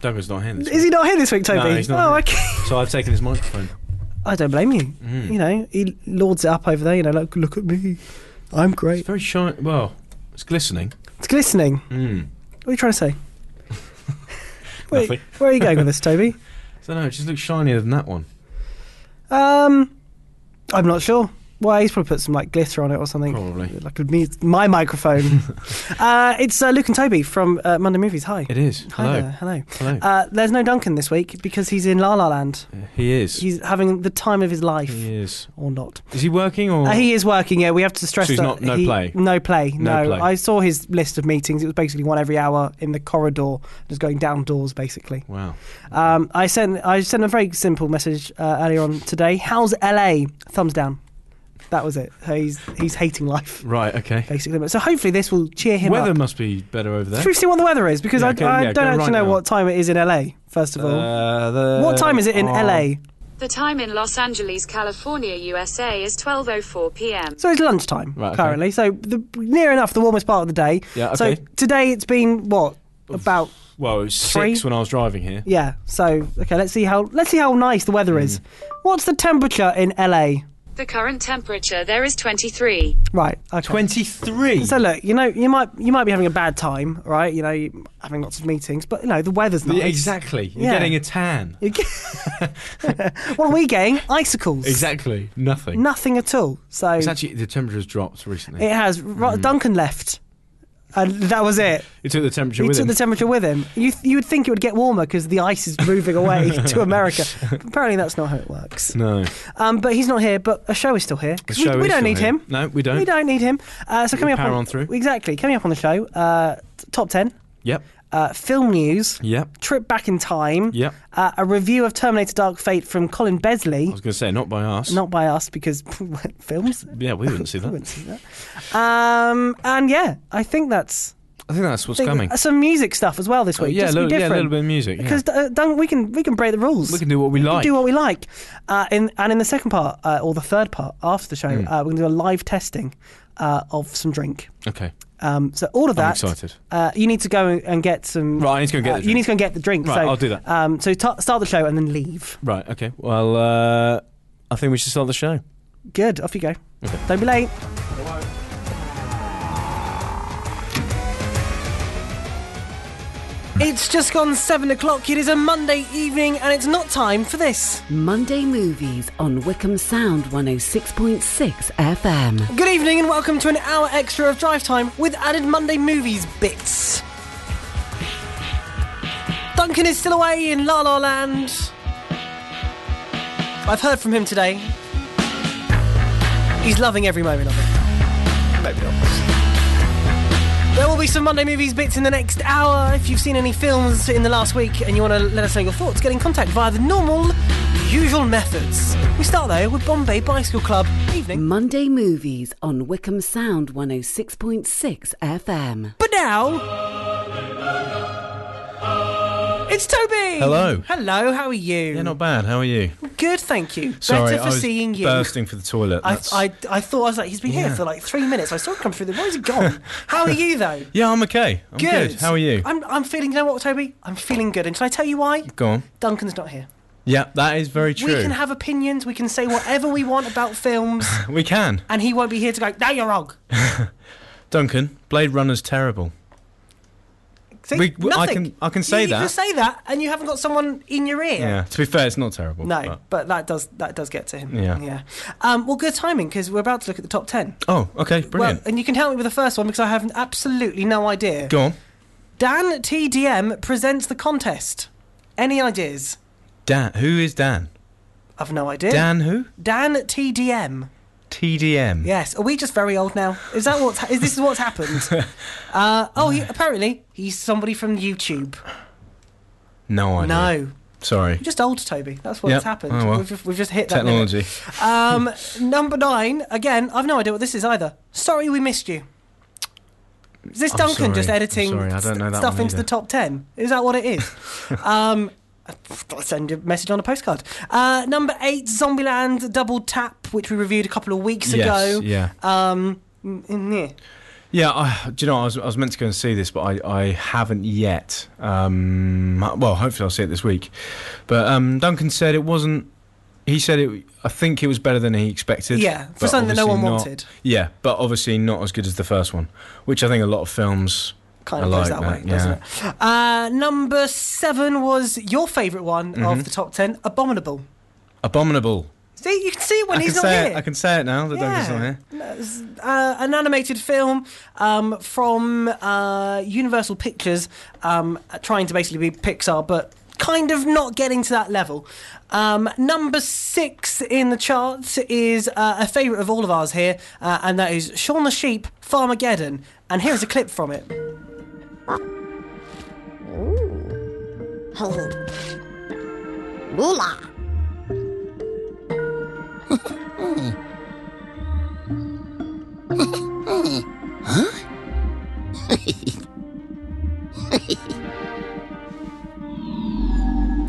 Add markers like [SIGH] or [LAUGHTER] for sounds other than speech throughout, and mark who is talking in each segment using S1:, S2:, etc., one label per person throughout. S1: Douglas not here this
S2: Is he not here this week, Toby?
S1: No, he's not
S2: oh,
S1: here.
S2: okay.
S1: week. So I've taken his microphone. Mm.
S2: I don't blame you.
S1: Hmm.
S2: You know, he lords it up over there. You know, like look at me, I'm
S1: It's
S2: great.
S1: very shiny. Well, it's glistening.
S2: It's glistening.
S1: Mm.
S2: What are you
S1: [LAUGHS]
S2: trying to say? Wait,
S1: Nothing.
S2: where are you going
S1: [LAUGHS]
S2: with this, Toby?
S1: So no, it just looks shinier than that one.
S2: Um, I'm not sure. Well, he's probably put some like glitter on it or something.
S1: Probably.
S2: Like with me,
S1: [LAUGHS]
S2: my microphone. uh, it's uh, Luke and Toby from uh, Monday Movies. Hi.
S1: It is.
S2: Hi
S1: Hello.
S2: there. Hello.
S1: Hello.
S2: Uh, there's no Duncan this week because he's in La La Land.
S1: he is.
S2: He's having the time of his life,
S1: He is.
S2: or not.
S1: Is he working or?
S2: Uh, he is working. Yeah, we have to stress
S1: So he's
S2: that
S1: not- no
S2: he-
S1: play?
S2: No play.
S1: No
S2: No.
S1: play.
S2: I saw his list of meetings. It was basically one every hour in the corridor, just going down doors, basically.
S1: wow.
S2: Um, I sent I sent a very simple message uh, earlier on today. How's LA? Thumbs down. That was it. So he's he's hating life
S1: Right. Okay.
S2: basically. But- So hopefully this will cheer him
S1: Weather
S2: up.
S1: must be better over there.
S2: Should we see what the weather is? Because
S1: Yeah,
S2: I,
S1: okay,
S2: I
S1: yeah,
S2: don't
S1: go
S2: actually
S1: right
S2: know
S1: now.
S2: what time it is in LA. First of all,
S1: Uh, the-
S2: what time is it in
S1: Oh.
S2: LA?
S3: The time in Los Angeles, California, USA is 12.04 p.m.
S2: So it's lunchtime
S1: Right, okay.
S2: currently. So the near enough the warmest part of the day.
S1: Yeah,
S2: So
S1: okay.
S2: today it's been what about
S1: Oh, Well, it was
S2: Three?
S1: six when I was driving here.
S2: yeah. So okay, let's see how let's see how nice the weather
S1: Hmm.
S2: is. What's the temperature in LA?
S3: The current temperature there is 23.
S2: Right. Okay.
S1: Twenty-three.
S2: So look, you know, you might you might be having a bad time, right? You know, you having lots of meetings, but you know the weather's nice.
S1: Yeah, exactly. You're
S2: Yeah.
S1: getting a tan.
S2: [LAUGHS] You get- [LAUGHS] what are we getting? Icicles.
S1: Exactly. Nothing.
S2: Nothing at all. So
S1: It's actually the temperature has dropped recently.
S2: it has. Ro-
S1: Hmm.
S2: Duncan left, and that was it.
S1: He took the temperature
S2: He
S1: with
S2: took
S1: him.
S2: the temperature with him. You th- you would think it would get warmer because the ice is
S1: [LAUGHS]
S2: moving away to America. But apparently, that's not how it works.
S1: no,
S2: Um, but he's not here. But a show is still here. 'cause we, we don't need him.
S1: No, we don't.
S2: We don't need him. Uh, so coming up
S1: power
S2: on,
S1: on through.
S2: exactly coming up on the show, uh, t- top ten,
S1: Yep.
S2: uh, film news,
S1: Yep.
S2: trip back in time,
S1: Yep.
S2: uh, a review of Terminator Dark Fate from Colin
S1: I
S2: Besley,
S1: was going to say not by us.
S2: not by us because [LAUGHS] films.
S1: Yeah, we wouldn't
S2: [LAUGHS]
S1: see
S2: I wouldn't
S1: that.
S2: see that. Um, and yeah, I think that's
S1: I think that's what's
S2: think
S1: coming.
S2: some music stuff as well this week.
S1: yeah,
S2: just
S1: a little,
S2: be
S1: yeah, a
S2: different.
S1: little bit of music. Yeah.
S2: because uh, don't- we can we can break the rules.
S1: We can do what we like.
S2: do what we like. Uh, in, and in the second part, uh, or the third part after the show,
S1: Hmm.
S2: uh, we're going to do a live testing uh, of some drink.
S1: okay.
S2: Um, so all of that.
S1: excited.
S2: Uh, you need to go and get some.
S1: Right, I need to go and get
S2: uh,
S1: the
S2: You
S1: drink.
S2: need to go and get the drink.
S1: Right,
S2: so,
S1: I'll do that.
S2: Um, so t- start the show and then leave.
S1: Right. Okay. Well, uh, I think we should start the show.
S2: Good. Off you go. Don't be late. It's just gone seven o'clock. It is a Monday evening, and it's not time for this.
S4: Monday Movies on Wickham Sound 106.6 FM.
S2: Good evening and welcome to an hour extra of Drive Time with added Monday movies bits. Duncan is still away in La La Land. I've heard from him today. He's loving every moment of it. Maybe not. There will be some Monday Movies bits in the next hour. If you've seen any films in the last week and you want to let us know your thoughts, get in contact via the normal, usual methods. We start though with Bombay Bicycle Club. Evening.
S4: Monday Movies on Wickham Sound 106.6 FM.
S2: But now. It's Toby!
S5: Hello.
S2: Hello, how are you?
S5: Yeah, not bad. How are you?
S2: Good, thank you.
S5: Sorry,
S2: Better for
S5: I was
S2: seeing you.
S5: bursting for the toilet.
S2: I,
S5: That's-
S2: I, I thought, I was like, he's been here
S5: Yeah.
S2: for like three minutes. I saw him come through the Where's
S5: [LAUGHS]
S2: he gone? how are you, though?
S5: yeah, I'm okay. I'm good. How are you?
S2: I'm, I'm feeling, you know what, Toby? I'm feeling good. And can I tell you why?
S5: Go on.
S2: Duncan's not here.
S5: Yeah, that is very true.
S2: We can have opinions, we can say whatever we want
S5: [LAUGHS]
S2: about films,
S5: We can.
S2: and he won't be here to go, no, you're wrong.
S5: Duncan, Blade Runner's terrible.
S2: See,
S5: We- we- I
S2: nothing.
S5: can- I can say
S2: you, You can
S5: that.
S2: say that, and you haven't got someone in your ear.
S5: Yeah. To be fair, it's not terrible.
S2: No, but,
S5: but-
S2: that does that does get to him.
S5: Yeah.
S2: yeah. Um, well, good timing because we're about to look at the top ten.
S5: Oh, okay. Brilliant.
S2: Well, and you can help me with the first one because I have absolutely no idea.
S5: Go on.
S2: Dan TDM presents the contest. Any ideas?
S5: Dan. Who is Dan?
S2: I've no idea.
S5: Dan who?
S2: Dan TDM.
S5: TDM.
S2: Yes. Are we just very old now? Is that what's ha- is this is
S5: [LAUGHS]
S2: what's happened? uh, oh, he, apparently he's somebody from YouTube.
S5: No idea.
S2: No,
S5: Sorry.
S2: we're just old, Toby. That's what's
S5: Yep.
S2: happened.
S5: Oh, well.
S2: we've, just, we've just hit that limit.
S5: Technology.
S2: Um, number nine, again, I've no idea what this is either. Sorry we missed you. Is this
S5: I'm
S2: Duncan
S5: sorry,
S2: just
S5: I'm
S2: editing
S5: sorry, I don't know
S2: st-
S5: that
S2: stuff
S5: one
S2: into the
S5: either.
S2: top 10? Is that what
S5: [LAUGHS]
S2: it is? um, I'll send you a message on a postcard. Uh, number eight, Zombieland Double Tap, which we reviewed a couple of weeks
S5: Yes,
S2: ago.
S5: yeah.
S2: Um, mm, mm, yeah.
S5: Yeah, I, do you know, I was, I was meant to go and see this, but I, I haven't yet. Um, well, hopefully I'll see it this week. But um, Duncan said it wasn't. He said it. I think it was better than he expected.
S2: Yeah, for
S5: but
S2: something that no
S5: obviously
S2: one
S5: not-
S2: wanted.
S5: Yeah, but obviously not as good as the first one, which I think a lot of films.
S2: Kind
S5: I
S2: of goes
S5: like
S2: that,
S5: that,
S2: way, doesn't it? Uh, number seven was your favourite one of
S5: Mhm.
S2: the top ten, Abominable.
S5: Abominable.
S2: See, you can see it when
S5: I
S2: he's
S5: can
S2: not
S5: say
S2: here.
S5: it. I can say it now that Duncan's not
S2: Yeah.
S5: here.
S2: No, it's, uh, an animated film um, from uh, Universal Pictures, um, trying to basically be Pixar, but kind of not getting to that level. Um, number six in the charts is uh, a favourite of all of ours here, uh, and that is Shaun the Sheep, Farmageddon. And here's a clip from it.
S6: Moolah.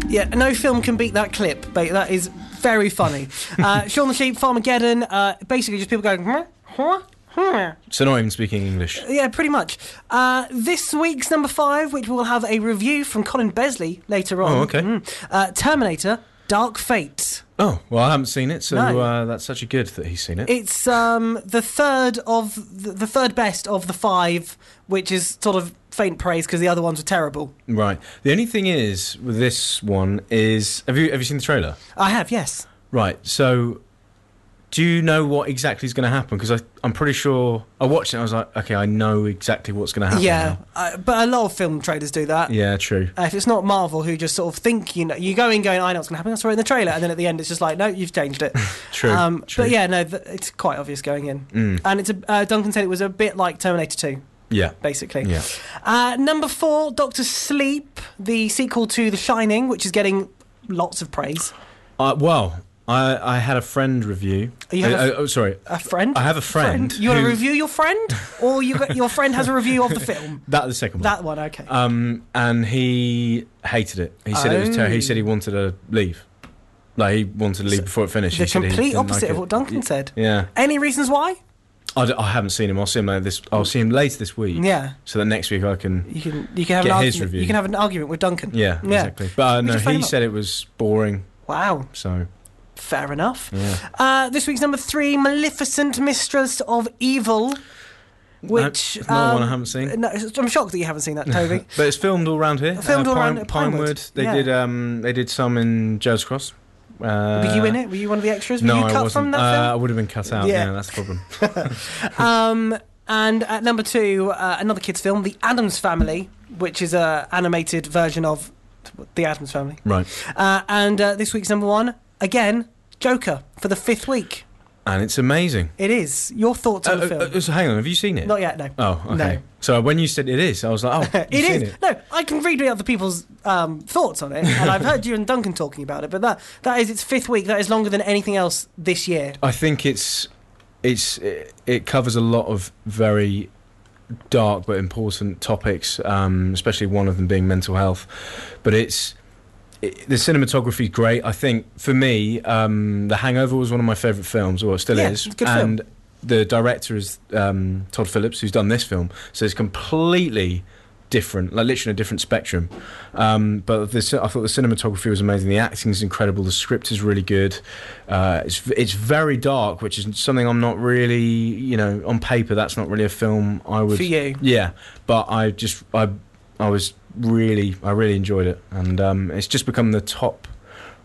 S2: Yeah, no film can beat that clip. Ba- That is very funny. Uh, Shaun the Sheep, Farmageddon, uh, basically just people going, huh? Huh? Huh?
S5: So not even speaking English.
S2: Yeah, pretty much. Uh, this week's number five, which we'll have a review from Colin Besley later on.
S5: Oh, okay.
S2: Uh, Terminator: Dark Fate.
S5: Oh well, I haven't seen it, so
S2: No.
S5: uh, that's such a good that he's seen it.
S2: It's um, the third of the, the third best of the five, which is sort of faint praise because the other ones were terrible.
S5: Right. The only thing is with this one is have you have you seen the trailer?
S2: I have, yes.
S5: Right. So, do you know what exactly is going to happen? Because I'm pretty sure I watched it. and I was like, okay, I know exactly what's going to happen.
S2: yeah,
S5: now.
S2: uh, but a lot of film traders do that.
S5: Yeah. True.
S2: Uh, if it's not Marvel, who just sort of think you know, you go in going, I know what's going to happen. I saw it in the trailer, and then at the end, it's just like, no, you've changed it.
S5: [LAUGHS] True.
S2: um,
S5: true.
S2: But yeah, no, th- it's quite obvious going in.
S5: Mm,
S2: And it's a, uh, Duncan said it was a bit like Terminator 2,
S5: yeah.
S2: basically.
S5: Yeah.
S2: Uh, number four, Doctor Sleep, the sequel to The Shining, which is getting lots of praise.
S5: Uh, well, I, I had a friend review.
S2: You have
S5: I-
S2: a f-
S5: I- oh, sorry.
S2: A friend?
S5: I have a friend.
S2: You want to
S5: who-
S2: review your friend? Or you got, your friend has a review of the film?
S5: That the second one.
S2: That one, okay.
S5: Um, and he hated it. He said it was terrible.
S2: Oh.
S5: He said he wanted to leave. Like he wanted to leave
S2: So-
S5: before it finished.
S2: the
S5: He said he
S2: complete
S5: didn't
S2: opposite
S5: like
S2: of
S5: it.
S2: what Duncan said.
S5: Yeah,
S2: Any reasons why?
S5: I, d- I haven't seen him. I'll see him later this. I'll see him later this week.
S2: Yeah.
S5: So that next week I can.
S2: You can you can have
S5: Get
S2: an
S5: his
S2: argument,
S5: review.
S2: you can have an argument with Duncan.
S5: Yeah,
S2: Yeah.
S5: exactly. But uh,
S2: We
S5: no,
S2: can phone him
S5: he
S2: up.
S5: said it was boring.
S2: Wow,
S5: So
S2: fair enough.
S5: yeah,
S2: Uh, this week's number three, Maleficent, Mistress of Evil, which
S5: No, it's not one I
S2: um,
S5: haven't seen.
S2: No, I'm shocked that you haven't seen that,
S5: [LAUGHS]
S2: Toby.
S5: But it's filmed all around here. Uh,
S2: Filmed all around at Pinewood.
S5: Pinewood. They
S2: Yeah.
S5: did. Um, they did some in Joe's Cross. Uh,
S2: Were you in it? Were you one of the extras? Were
S5: No,
S2: you
S5: I
S2: cut
S5: wasn't.
S2: from that
S5: uh, I
S2: film?
S5: would have been cut out.
S2: Yeah.
S5: Yeah, that's the problem.
S2: Um, and at number two, uh, another kids' film, The Adams Family, which is a animated version of The Adams Family.
S5: right.
S2: Uh, and uh, this week's number one, again, Joker for the fifth week.
S5: And it's amazing.
S2: It is. Your thoughts on
S5: Uh,
S2: the
S5: uh,
S2: film?
S5: uh, so hang on, have you seen it?
S2: Not yet, no.
S5: Oh, okay.
S2: No.
S5: So when you said it is, I was like, oh,
S2: [LAUGHS] It
S5: you've seen
S2: is no. I can read other people's um, thoughts on it, and I've heard you and Duncan talking about it. But that that is its fifth week. That is longer than anything else this year.
S5: I think it's it's it, it covers a lot of very dark but important topics, um, especially one of them being mental health. But it's it, the cinematography is great. I think for me, um, The Hangover was one of my favourite films, or it still
S2: Yeah,
S5: is,
S2: it's a good film.
S5: and. The director is um, Todd Phillips, who's done this film, so it's completely different, like literally a different spectrum. Um, but the, ci- I thought the cinematography was amazing. The acting is incredible. The script is really good. Uh, it's it's very dark, which is something I'm not really, you know, on paper. That's not really a film I would.
S2: For you.
S5: Yeah, but I just I I was really I really enjoyed it, and um, it's just become the top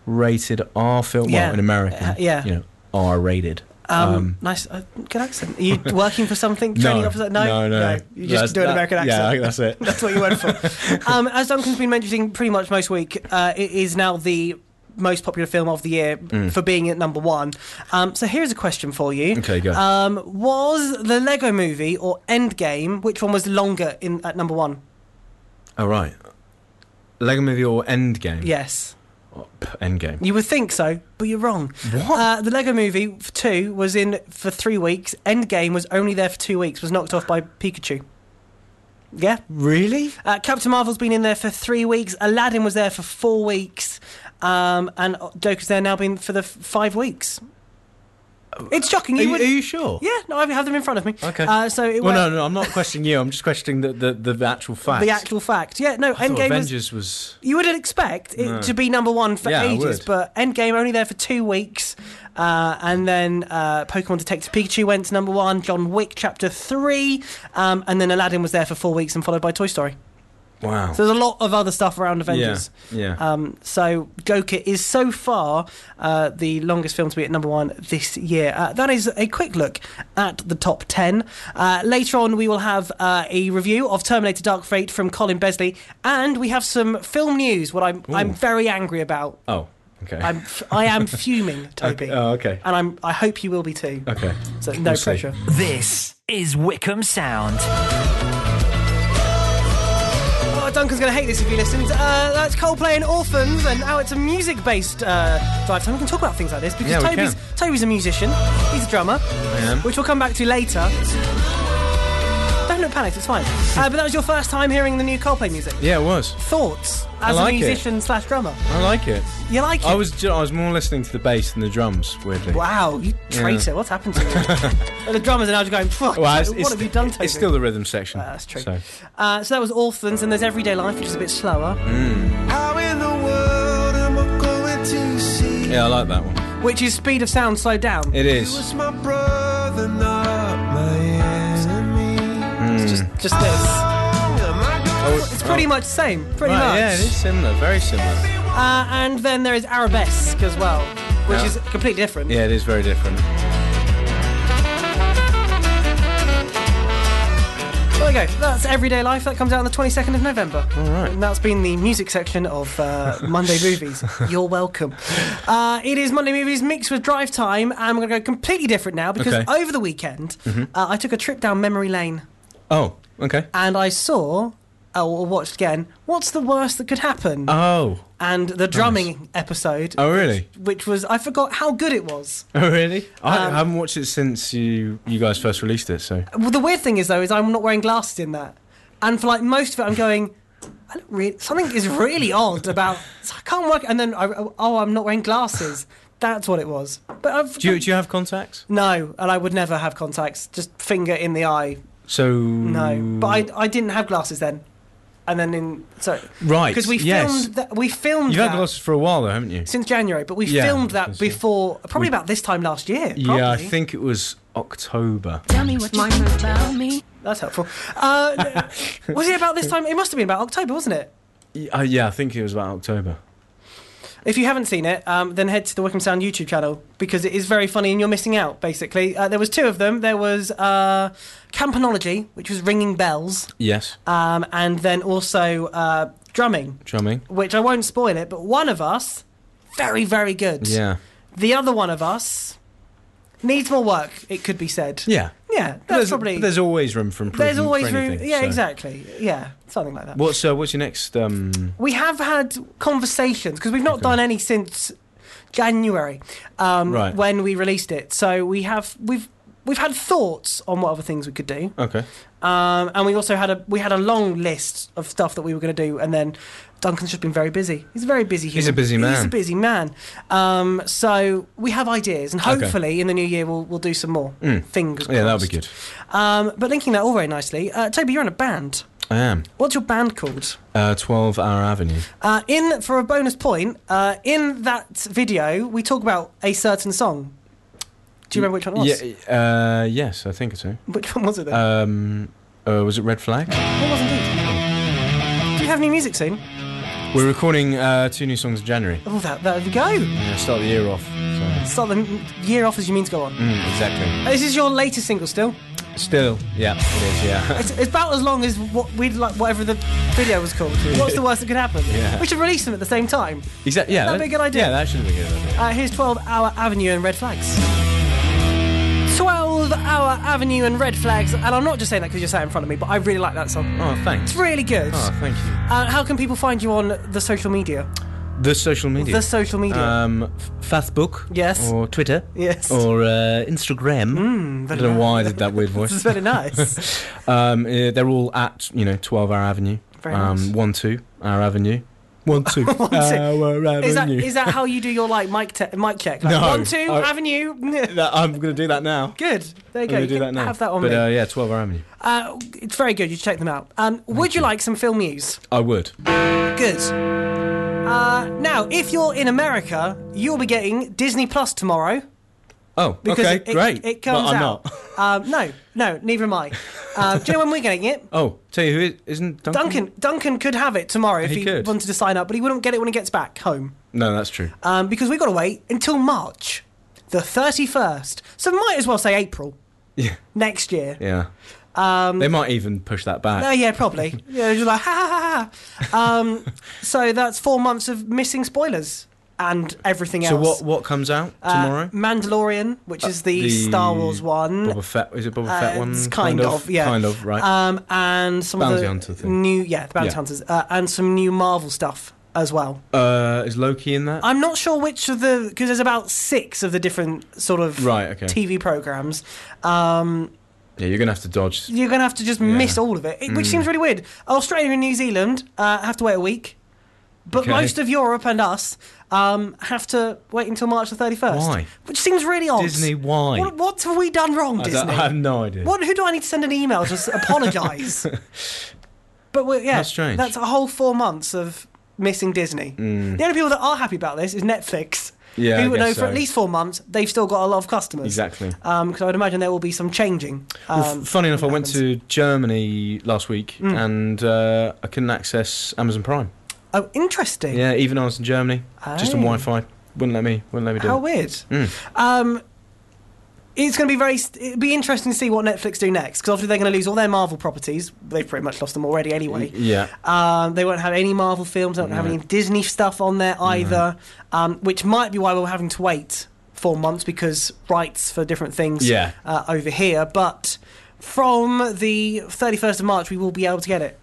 S5: rated R film
S2: Yeah.
S5: well, in America.
S2: Uh, yeah.
S5: you know, R rated.
S2: Um,
S5: Um,
S2: nice, uh, good accent. Are
S5: [LAUGHS]
S2: you working for something? Training up for something?
S5: no,
S2: No,
S5: no.
S2: You just
S5: That's-
S2: do an
S5: that-
S2: American accent.
S5: Yeah, I think that's it.
S2: [LAUGHS] That's what you went
S5: [LAUGHS]
S2: for. um, as Duncan's been mentioning pretty much most week, uh, it is now the most popular film of the year for being at number one. Um, so here's a question for you.
S5: Mm. Okay, go.
S2: Um, was the Lego Movie or Endgame which one was longer in at number one?
S5: All Oh, right. Lego Movie or Endgame?
S2: Yes,
S5: Oh, pff, Endgame.
S2: you would think so, but you're wrong.
S5: What?
S2: Uh, the Lego Movie f- two was in for three weeks. Endgame was only there for two weeks. Was knocked off by Pikachu. Yeah,
S5: really?
S2: Uh, Captain Marvel's been in there for three weeks. Aladdin was there for four weeks, um, and Joker's there now been for the f- five weeks. It's shocking.
S5: Are
S2: You
S5: you,
S2: would,
S5: are you sure?
S2: yeah, no, I have them in front of me.
S5: Okay.
S2: Uh, so it
S5: Well,
S2: was
S5: no, no, I'm not questioning you. I'm just questioning the, the, the actual fact.
S2: the actual fact. Yeah, no,
S5: I thought
S2: Endgame was
S5: Avengers was.
S2: You would expect it
S5: No.
S2: to be number one for
S5: Yeah, I
S2: ages,
S5: would.
S2: but Endgame only there for two weeks, uh, and then uh, Pokemon Detective Pikachu went to number one, John Wick Chapter Three, um, and then Aladdin was there for four weeks, and followed by Toy Story.
S5: Wow.
S2: So there's a lot of other stuff around Avengers.
S5: Yeah. yeah.
S2: Um, so Joker is so far uh, the longest film to be at number one this year. Uh, that is a quick look at the top ten. Uh, later on, we will have uh, a review of Terminator: Dark Fate from Colin Besley, and we have some film news. What I'm I'm very angry about.
S5: oh, okay.
S2: I'm f- I
S5: [LAUGHS]
S2: am fuming, Toby,
S5: okay. Oh, okay.
S2: and I'm I hope you will be too.
S5: Okay.
S2: So no
S5: We'll see.
S2: pressure.
S6: This is Wickham Sound.
S2: Oh, Duncan's going to hate this if he listens. Uh, that's Coldplay and Orphans, and now it's a music-based uh, drive time. We can talk about things like this because
S5: Yeah, we
S2: Toby's Toby's a musician. He's a drummer,
S5: am.
S2: which we'll come back to later. Don't look panicked.
S5: [LAUGHS]
S2: It's fine. uh, but that was your first time hearing the new Coldplay music.
S5: Yeah, it was.
S2: Thoughts as
S5: like
S2: a
S5: it.
S2: musician slash drummer.
S5: I like it.
S2: You like it?
S5: I was ju- I was more listening to the bass than the drums, weirdly.
S2: Wow, you traitor! What's happened to you?
S5: [LAUGHS]
S2: And the drummers are now just going. Fuck,
S5: Well, it's,
S2: what
S5: it's-
S2: have you done, Toby?
S5: It's still the rhythm section.
S2: that's true.
S5: So.
S2: Uh, so that was Orphans, and there's Everyday Life, which is a bit slower.
S5: Yeah, I like that one.
S2: which is speed of sound slowed down.
S5: It is.
S2: Just this. It's pretty much the same, pretty
S5: Oh, Right,
S2: much.
S5: yeah, it is similar. Very similar.
S2: Uh, and then there is arabesque as well, which
S5: Yeah.
S2: is completely different.
S5: Yeah, it is very different.
S2: There we go. That's Everyday Life. That comes out on the 22nd of November. All right. And that's been the music section of uh, Monday
S5: [LAUGHS]
S2: Movies. You're welcome. Uh, it is Monday Movies mixed with Drive Time, and we're going to go completely different now because
S5: Okay. Mm-hmm.
S2: over the weekend, uh, I took a trip down memory lane
S5: Oh, okay.
S2: and I saw. Oh, or watched again. What's the worst that could happen?
S5: Oh.
S2: and the drumming episode,
S5: Oh, really?
S2: which was I forgot how good it was.
S5: Oh, really? I haven't watched it since you you guys first released it. So.
S2: Well, the weird thing is though is I'm not wearing glasses in that, and for like most of it, I'm going. I don't really, something is really odd about. [LAUGHS] I can't work. And then I, oh, I'm not wearing glasses. That's what it was. But I've,
S5: Do you, do you have contacts?
S2: no, and I would never have contacts. Just finger in the eye.
S5: So
S2: No, but I, I didn't have glasses then. And then in so
S5: right
S2: because we
S5: yes.
S2: filmed that we filmed
S5: You've had
S2: that
S5: glasses for a while though, haven't you?
S2: since January, but we
S5: Yeah,
S2: filmed
S5: I
S2: that
S5: see.
S2: before probably about this time last year. Probably.
S5: Yeah, I think it was October.
S7: Tell me what you think about me.
S2: That's helpful.
S5: [LAUGHS]
S2: Uh, was it about this time? It must have been about October, wasn't it?
S5: Y- uh, yeah, I think it was about October.
S2: If you haven't seen it, um, then head to the Wickham Sound YouTube channel because it is very funny and you're missing out. Basically, uh, there was two of them. There was uh, Campanology, which was ringing bells,
S5: Yes,
S2: um, and then also uh, drumming,
S5: drumming.
S2: which I won't spoil it. But one of us, very very good.
S5: Yeah,
S2: The other one of us needs more work. It could be said.
S5: yeah.
S2: Yeah, that's
S5: there's,
S2: probably.
S5: there's always room for improvement.
S2: there's always
S5: for
S2: room.
S5: anything,
S2: yeah,
S5: so.
S2: exactly. Yeah, something like that.
S5: What's uh, what's your next? Um,
S2: we have had conversations because we've not done any since January um,
S5: Right.
S2: when we released it. So we have we've we've had thoughts on what other things we could do,
S5: okay.
S2: um, and we also had a we had a long list of stuff that we were going to do, and then Duncan's just been very busy. He's a very busy. Human.
S5: He's a busy
S2: He's a
S5: man.
S2: busy man. Um, so we have ideas, and
S5: Okay. Mm.
S2: hopefully in the new year we'll we'll do some more. Fingers
S5: Yeah, that'll be
S2: crossed.
S5: good.
S2: Um, but linking that all very nicely, uh, Toby, you're in a band.
S5: I am.
S2: What's your band called?
S5: Uh, Twelve Hour Avenue.
S2: Uh, in for a bonus point, uh, in that video we talk about a certain song. Do you remember which one it was?
S5: Yeah. Uh, yes, I think so.
S2: Which one was it? Then?
S5: Um, uh, was it Red Flag?
S2: it was indeed. Do you have new music soon?
S5: We're recording uh, two new songs in January.
S2: Oh, that there we go.
S5: Yeah, start the year off. So.
S2: Start the year off as you mean to go on.
S5: Mm, exactly.
S2: This is your latest single still.
S5: Still. Yeah. It is. Yeah. [LAUGHS]
S2: It's, it's about as long as what we'd like, whatever the video was
S5: [LAUGHS]
S2: called. What's the worst that could happen?
S5: Yeah.
S2: We should release them at the same time.
S5: exactly. Yeah.
S2: That'd be a good idea.
S5: Yeah, that should be a good idea.
S2: Uh, here's 12 Hour Avenue and Red Flags. 12 Hour Avenue and Red Flags, and I'm not just saying that because you're sat in front of me, but I really like that song.
S5: Oh, thanks.
S2: It's really good.
S5: Oh, thank you.
S2: Uh, how can people find you on the social media?
S5: The social media.
S2: The social media.
S5: Um, f- Facebook.
S2: Yes.
S5: Or Twitter.
S2: Yes. [LAUGHS]
S5: Or uh, Instagram. Mm, I don't know why I did that weird
S2: It's
S5: voice. [LAUGHS]
S2: very nice.
S5: eh, Um, uh, they're all at you know Twelve Hour Avenue.
S2: Very
S5: um,
S2: nice.
S5: One two Hour Avenue. One,
S2: [LAUGHS]
S5: two. One,
S2: two.
S5: Our avenue.
S2: Is that is that how you do your like mic te- mic check? Like,
S5: No.
S2: one two
S5: I- [LAUGHS]
S2: avenue.
S5: That- I'm going to do that now.
S2: [LAUGHS] Good. There you
S5: I'm
S2: go.
S5: going
S2: You
S5: to do
S2: can
S5: that now.
S2: Have that on
S5: but
S2: me.
S5: uh, yeah, 12 hour avenue.
S2: Uh, it's very good. You should check them out. Um, would you like some film news?
S5: I would.
S2: Good. Uh, now, if you're in America, you'll be getting Disney Plus tomorrow.
S5: Oh,
S2: Because
S5: okay,
S2: it, it-
S5: great.
S2: It, comes
S5: but I'm
S2: out.
S5: not.
S2: Um, no, no, neither am I. Uh, do you know when we're getting it?
S5: [LAUGHS] Oh, tell you who it isn't Duncan?
S2: Duncan, Duncan could have it tomorrow if
S5: He
S2: he,
S5: could.
S2: wanted to sign up, but he wouldn't get it when he gets back home
S5: No, that's true.
S2: um, because we've got to wait until March, the thirty first. So might as well say April
S5: [LAUGHS] Yeah.
S2: next year.
S5: Yeah. Um, they might even push that back.
S2: Oh yeah,
S5: [LAUGHS]
S2: probably. Yeah, just like ha ha ha. ha. Um, so that's four months of missing spoilers and everything
S5: so what
S2: else.
S5: what comes out
S2: Uh,
S5: tomorrow? Uh,
S2: Mandalorian, which is the,
S5: The
S2: Star Wars one.
S5: Boba Fett is it Boba
S2: mm, Uh,
S5: Fett one?
S2: it's kind of, yeah.
S5: Kind of, right.
S2: Um, and some
S5: Bounty
S2: of
S5: Hunter
S2: the
S5: thing.
S2: new, yeah, the bounty
S5: Yeah.
S2: hunters, uh, and some new Marvel stuff as well.
S5: Uh, is Loki in that?
S2: I'm not sure which of the because there's about six of the different sort of
S5: Right, okay.
S2: TV programs. Um,
S5: yeah, you're gonna have to dodge.
S2: you're gonna have to just miss all of it, it-
S5: Mm.
S2: which seems really weird. Australia and New Zealand uh, have to wait a week, but
S5: Okay.
S2: most of Europe and us um, have to wait until March the 31st.
S5: Why?
S2: Which seems really odd.
S5: Disney, why?
S2: What, what have we done wrong,
S5: I, don't-
S2: Disney?
S5: I have no idea.
S2: What? Who do I need to send an email to
S5: [LAUGHS]
S2: apologise? but we're, yeah,
S5: How strange. Mm.
S2: That's a whole four months of missing Disney. The only people that are happy about this is Netflix.
S5: Yeah, I
S2: who know
S5: guess
S2: for
S5: so.
S2: at least four months they've still got a lot of customers.
S5: Exactly.
S2: Because I would imagine there will be some changing. Um,
S5: Well, f- funny enough, I went to Germany last week
S2: Mm.
S5: and uh, I couldn't access Amazon Prime.
S2: oh, interesting.
S5: Yeah, even though I was in Germany, just on
S2: Oh.
S5: Wi-Fi, wouldn't let me. Wouldn't let me do
S2: How
S5: it.
S2: weird.
S5: Mm.
S2: Um, it's going to be very. It'd be interesting to see what Netflix do next because obviously they're going to lose all their Marvel properties. They've pretty much lost them already anyway.
S5: Yeah,
S2: Um, they won't have any Marvel films. They won't have any Disney stuff on there either, um, which might be why we're having to wait four months because rights for different things
S5: Yeah.
S2: uh, over here. But from the 31st of March, we will be able to get it.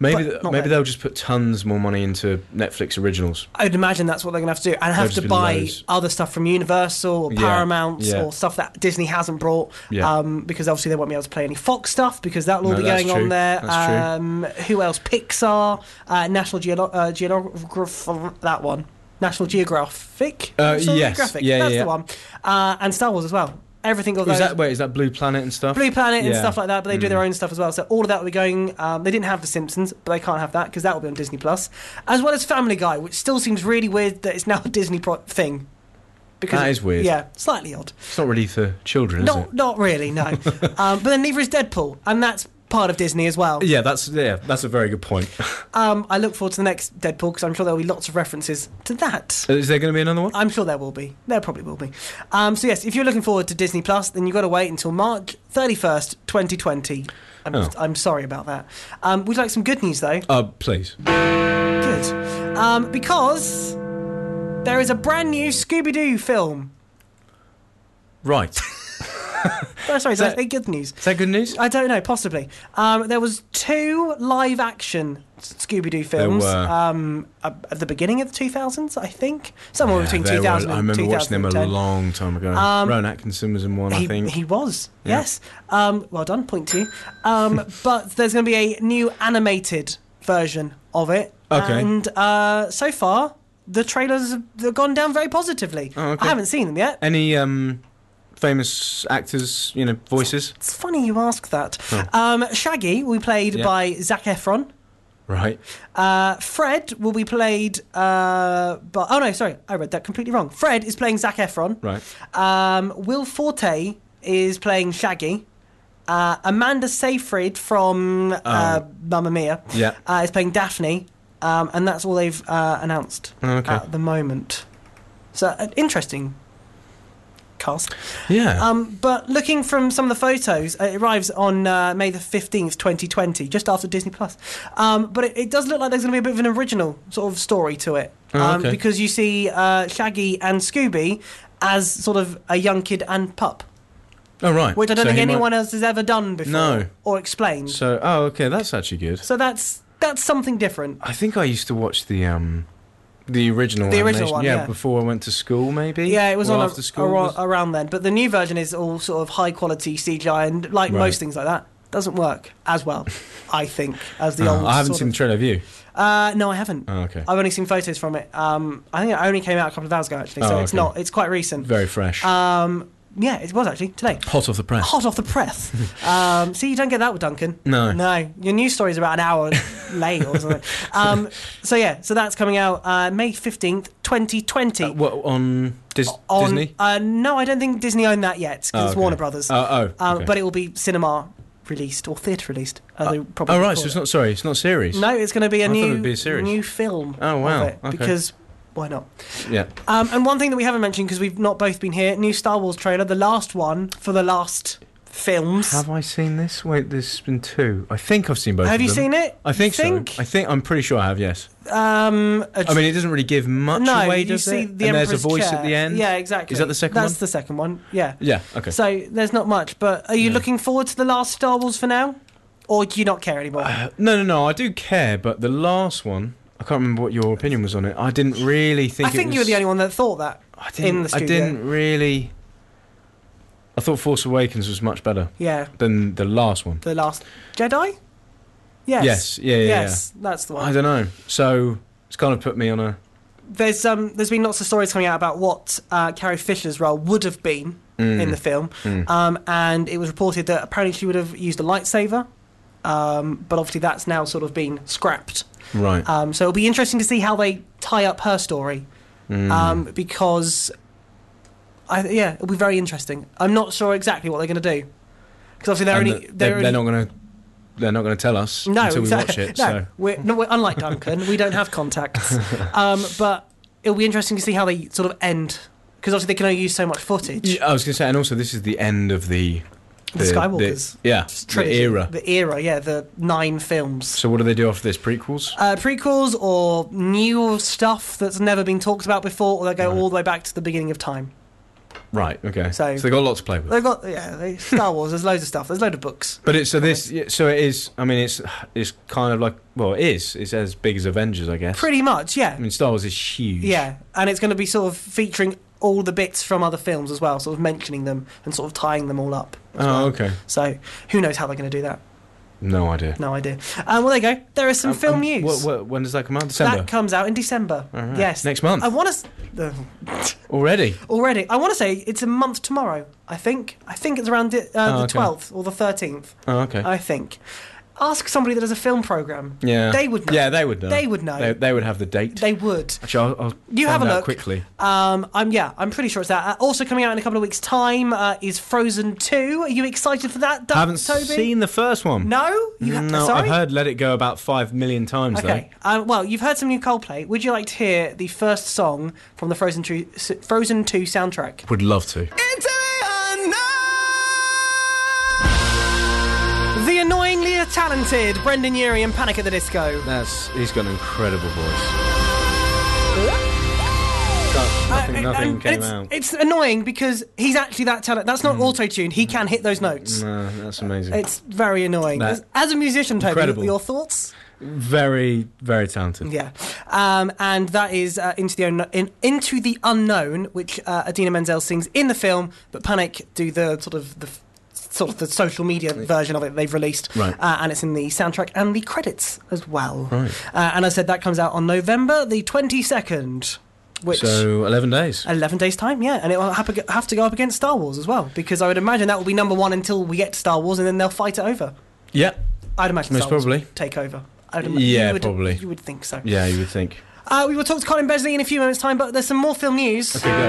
S5: maybe
S2: but
S5: th-
S2: not
S5: maybe
S2: then.
S5: they'll just put tons more money into Netflix originals.
S2: I would imagine that's what they're going to have to do, and have
S5: just
S2: to
S5: be
S2: buy
S5: loads.
S2: other stuff from Universal or
S5: Yeah,
S2: Paramount
S5: yeah.
S2: or stuff that Disney hasn't brought,
S5: Yeah.
S2: um, because obviously they won't be able to play any Fox stuff because that'll all
S5: No,
S2: be
S5: that's
S2: going
S5: true.
S2: on there.
S5: That's true.
S2: Um, who else? Pixar, uh, National Geolo- uh, Geographic, that one, National Geographic,
S5: Uh,
S2: National
S5: yes.
S2: Geographic,
S5: Yeah, yeah,
S2: that's
S5: yeah.
S2: the one, uh, and Star Wars as well. Everything of
S5: Is
S2: those.
S5: that wait? Is that Blue Planet and stuff?
S2: Blue Planet and
S5: Yeah. Mm.
S2: stuff like that, but they do their own stuff as well. So all of that will be going. Um, they didn't have The Simpsons, but they can't have that because that will be on Disney Plus, as well as Family Guy, which still seems really weird that it's now a Disney pro- thing. Because
S5: That is weird.
S2: Yeah, slightly odd.
S5: It's not really for children, is
S2: Not not really, no.
S5: [LAUGHS]
S2: um, but then neither is Deadpool, and that's part of Disney as well.
S5: it? Yeah, that's yeah, that's a very good point. [LAUGHS]
S2: Um, I look forward to the next Deadpool because I'm sure there will be lots of references to that.
S5: is there going to be another one?
S2: I'm sure there will be. There probably will be. Um, so yes, if you're looking forward to Disney Plus, then you've got to wait until March 31st, 2020. I'm,
S5: Oh.
S2: I'm sorry about that. Um, we'd like some good news though.
S5: Uh, please.
S2: Good, um, because there is a brand new Scooby Doo film.
S5: Right.
S2: Oh, sorry, did I
S5: That-
S2: say good news?
S5: Is that good news?
S2: I don't know, possibly. Um, there was two live action Scooby Doo films
S5: were.
S2: um, at at the beginning of the 2000s, I think, somewhere
S5: Yeah,
S2: between
S5: they
S2: 2000
S5: were-
S2: and
S5: I remember watching them a
S2: 2010.
S5: long time ago. Rowan Atkinson was in one, I
S2: He,
S5: think.
S2: he was, yes. Um, well done, point to you.
S5: [LAUGHS]
S2: Um, but there's going to be a new animated version of it.
S5: Okay.
S2: And uh, so far, the trailers have gone down very positively.
S5: Oh, okay.
S2: I haven't seen them yet.
S5: Any um, famous actors, you know, voices?
S2: It's funny you ask that. Um, Shaggy will be played
S5: Oh. Yeah.
S2: by Zac Efron.
S5: Right.
S2: Uh, Fred will be played uh, by. Oh, no, sorry. I read that completely wrong. Fred is playing Zac Efron. [LAUGHS]
S5: Right.
S2: Um, Will Forte is playing Shaggy. Uh, Amanda Seyfried from uh, Mamma Mia
S5: Oh. Yeah.
S2: uh, is playing Daphne, um, and that's all they've uh, announced
S5: Okay.
S2: at the moment. So, an interesting cast.
S5: Yeah.
S2: Um, but looking from some of the photos, it arrives on uh, May the 15th, 2020, just after Disney Plus. Um, but it, it does look like there's going to be a bit of an original sort of story to it.
S5: Oh,
S2: um,
S5: okay.
S2: Because you see uh, Shaggy and Scooby as sort of a young kid and pup,
S5: oh, right.
S2: which I don't
S5: So
S2: think
S5: he might-
S2: anyone else has ever done before
S5: No.
S2: or explained. So,
S5: So, oh, okay, that's actually good.
S2: that's that's something different.
S5: I think I used to watch the um, the original.
S2: The original
S5: animation.
S2: one, yeah.
S5: before I went to school, maybe.
S2: Yeah, it was
S5: Or
S2: on a-
S5: after school.
S2: ar-
S5: was-
S2: around then. But the new version is all sort of high quality CGI and like
S5: Right.
S2: most things like that, doesn't work as well, I think, as the old.
S5: Oh, I haven't
S2: sort
S5: seen
S2: of-
S5: the trailer. Have you?
S2: Uh, no, I haven't.
S5: Oh, okay.
S2: I've only seen photos from it. Um, I think it only came out a couple of hours ago, actually, so
S5: Oh,
S2: it's
S5: okay.
S2: not. It's quite recent.
S5: Very fresh.
S2: Um, yeah, it was actually today.
S5: Hot off the press.
S2: Hot off the press.
S5: [LAUGHS]
S2: um, see, you don't get that with Duncan.
S5: No.
S2: No. Your news story's about
S5: [LAUGHS]
S2: an hour late or something. Um, so, yeah, so that's coming out uh, May 15th, 2020.
S5: Uh, what on Dis-
S2: on,
S5: Disney?
S2: Uh, no, I don't think Disney owned that yet because
S5: Oh,
S2: it's
S5: okay.
S2: Warner Brothers.
S5: Oh, oh,
S2: Um,
S5: okay.
S2: But it will be cinema released or theatre released. Uh, they probably
S5: Oh
S2: call
S5: right, so
S2: it.
S5: it's not sorry, it's not series.
S2: No, it's going to be a
S5: I thought
S2: new
S5: it'd be a series.
S2: new film.
S5: Oh, wow.
S2: of it,
S5: Okay.
S2: Because why not?
S5: Yeah.
S2: Um, and one thing that we haven't mentioned because we've not both been here: new Star Wars trailer, the last one for the last films.
S5: Have I seen this? Wait, there's been two. I think I've seen both.
S2: Have
S5: of
S2: you
S5: them.
S2: seen it?
S5: I think,
S2: Think?
S5: so. I think I'm pretty sure I have. Yes.
S2: um, a
S5: I mean, it doesn't really give much
S2: no,
S5: away,
S2: you
S5: does
S2: see
S5: it?
S2: the
S5: and there's a
S2: Emperor's
S5: voice
S2: chair.
S5: at the end.
S2: Yeah, exactly.
S5: Is that the second
S2: That's
S5: one?
S2: the second one. Yeah.
S5: yeah. Okay.
S2: So there's not much, but are you looking forward to the last Star Wars for now, or do you not care anymore?
S5: no, no, no. I do care, but the last one. I can't remember what your opinion was on it. I didn't really think.
S2: I think
S5: it
S2: you were
S5: was,
S2: the only one that thought that.
S5: I didn't,
S2: in the
S5: I
S2: studio.
S5: didn't really. I thought Force Awakens was much better
S2: Yeah,
S5: than the last one.
S2: the last Jedi. Yes.
S5: Yes. Yeah. Yeah.
S2: yes, that's the
S5: yeah.
S2: one.
S5: I don't know. So it's kind of put me on a.
S2: there's um there's been lots of stories coming out about what uh, Carrie Fisher's role would have been
S5: Mm.
S2: in the film, um, and it was reported that apparently she would have used a lightsaber, um, but obviously that's now sort of been scrapped.
S5: Right.
S2: Um, so it'll be interesting to see how they tie up her story,
S5: Mm.
S2: um, because, I yeah, it'll be very interesting. I'm not sure exactly what they're going to do, because obviously they're
S5: And
S2: only
S5: the-
S2: they're,
S5: they're,
S2: only,
S5: they're not going to. They're not going to tell us
S2: no,
S5: until
S2: exactly.
S5: we watch it.
S2: No,
S5: So
S2: we're, no, we're unlike Duncan. we don't
S5: [LAUGHS]
S2: have contacts. Um, but it'll be interesting to see how they sort of end because obviously they can only use so much footage.
S5: Yeah, I was going to say, and also this is the end of the
S2: The Skywalkers.
S5: yeah,
S2: Trilogy.
S5: the era.
S2: The era, yeah, the nine films.
S5: So what do they do after this? Prequels?
S2: Uh, prequels or new stuff that's never been talked about before, or they go all the way back to the beginning of time.
S5: right. Okay.
S2: so-
S5: So, they've got a lot to play with.
S2: They've got yeah, they, Star Wars. There's loads of stuff. There's loads of books.
S5: But it's so this. yeah, So it is. I mean, it's it's kind of like well, it is. It's as big as Avengers, I guess.
S2: Pretty much, yeah,
S5: I mean, Star Wars is huge.
S2: yeah. And it's going to be sort of featuring all the bits from other films as well, sort of mentioning them and sort of tying them all up. as well.
S5: Oh, okay.
S2: So who knows how they're going to do that?
S5: No idea.
S2: No idea. Um, well, there you go. There is some
S5: Um,
S2: film
S5: um,
S2: news.
S5: What, what, when does that come out? December.
S2: That comes out in December.
S5: All right.
S2: Yes,
S5: Next month.
S2: I want to uh,
S5: Already.
S2: already. I want to say it's a month tomorrow. I think. I think it's around uh,
S5: Oh,
S2: the
S5: okay.
S2: twelfth or the thirteenth.
S5: Oh, okay.
S2: I think. Ask somebody that does a film program.
S5: yeah.
S2: They would. Know.
S5: Yeah, they would know.
S2: They would know.
S5: They, they would have the date.
S2: They would.
S5: Actually, I'll, I'll
S2: You
S5: find
S2: have a
S5: out
S2: look.
S5: quickly.
S2: Um, I'm yeah. I'm pretty sure it's that. Uh, also coming out in a couple of weeks' time uh, is Frozen Two. Are you excited for that? Doug,
S5: I haven't
S2: Toby?
S5: seen the first one.
S2: No. You ha-
S5: no,
S2: sorry?
S5: I've heard "Let It Go" about five million times.
S2: Okay.
S5: Though.
S2: Um, well, you've heard some new Coldplay. Would you like to hear the first song from the Frozen 2, s- Frozen 2 soundtrack?
S5: Would love to.
S2: The annoyingly talented Brendan Urie and Panic at the Disco.
S5: That's he's got an incredible voice. nothing,
S2: And-
S5: nothing
S2: and
S5: came
S2: Uh, um, it's,
S5: out. Hmm.
S2: it's annoying because he's actually that talent. That's not auto tuned. He can hit those notes.
S5: No, Oh, that's amazing.
S2: It's very annoying.
S5: That-
S2: As, as a musician, Toby,
S5: Incredible.
S2: your thoughts?
S5: very, very talented.
S2: Yeah. Um, and that is uh, Into, the Un- in, Into the Unknown, which uh, Adina Menzel sings in the film, but Panic do the sort of the f- sort of the social media version of it they've released.
S5: Right.
S2: Uh, and it's in the soundtrack and the credits as well. Right. Uh, and I said that comes out on November the 22nd, which...
S5: So eleven days.
S2: 11 days time yeah and it will have to go- have to go up against star wars as well because i would imagine that will be number one until we get to star wars and then they'll fight it over
S5: Yeah.
S2: i'd imagine
S5: Most
S2: star Wars
S5: probably.
S2: would take over I'd ima-
S5: Yeah,
S2: you would,
S5: probably.
S2: you would think so
S5: Yeah, you would think.
S2: uh, we will talk to Colin Besley in a few moments' time, but there's some more film news,
S5: Okay, go.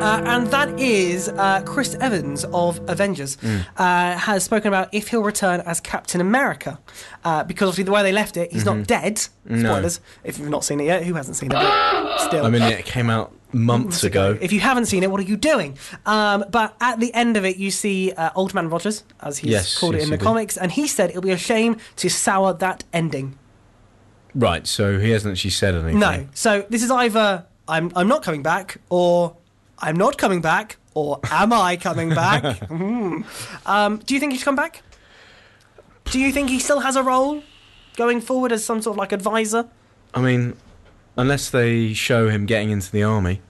S2: uh, and that is uh, Chris Evans of Avengers
S5: Mm.
S2: uh, has spoken about if he'll return as Captain America, uh, because obviously the way they left it, he's not
S5: Mm-hmm.
S2: dead. Spoilers. If you've not seen it yet, who hasn't seen it?
S5: [GASPS]
S2: But still,
S5: I mean, it came out months ago.
S2: If you haven't seen it, what are you doing? Um, but at the end of it, you see uh, Old Man Rogers, as he's
S5: Yes,
S2: called it
S5: yes,
S2: in
S5: you
S2: the
S5: do.
S2: comics, and he said it'll be a shame to sour that ending.
S5: Right. So he hasn't actually said anything.
S2: No. So this is either I'm I'm not coming back, or I'm not coming back, or am I
S5: [LAUGHS]
S2: coming back? Hmm. um, do you think he should come back? Do you think he still has a role going forward as some sort of like advisor?
S5: I mean, unless they show him getting into the army,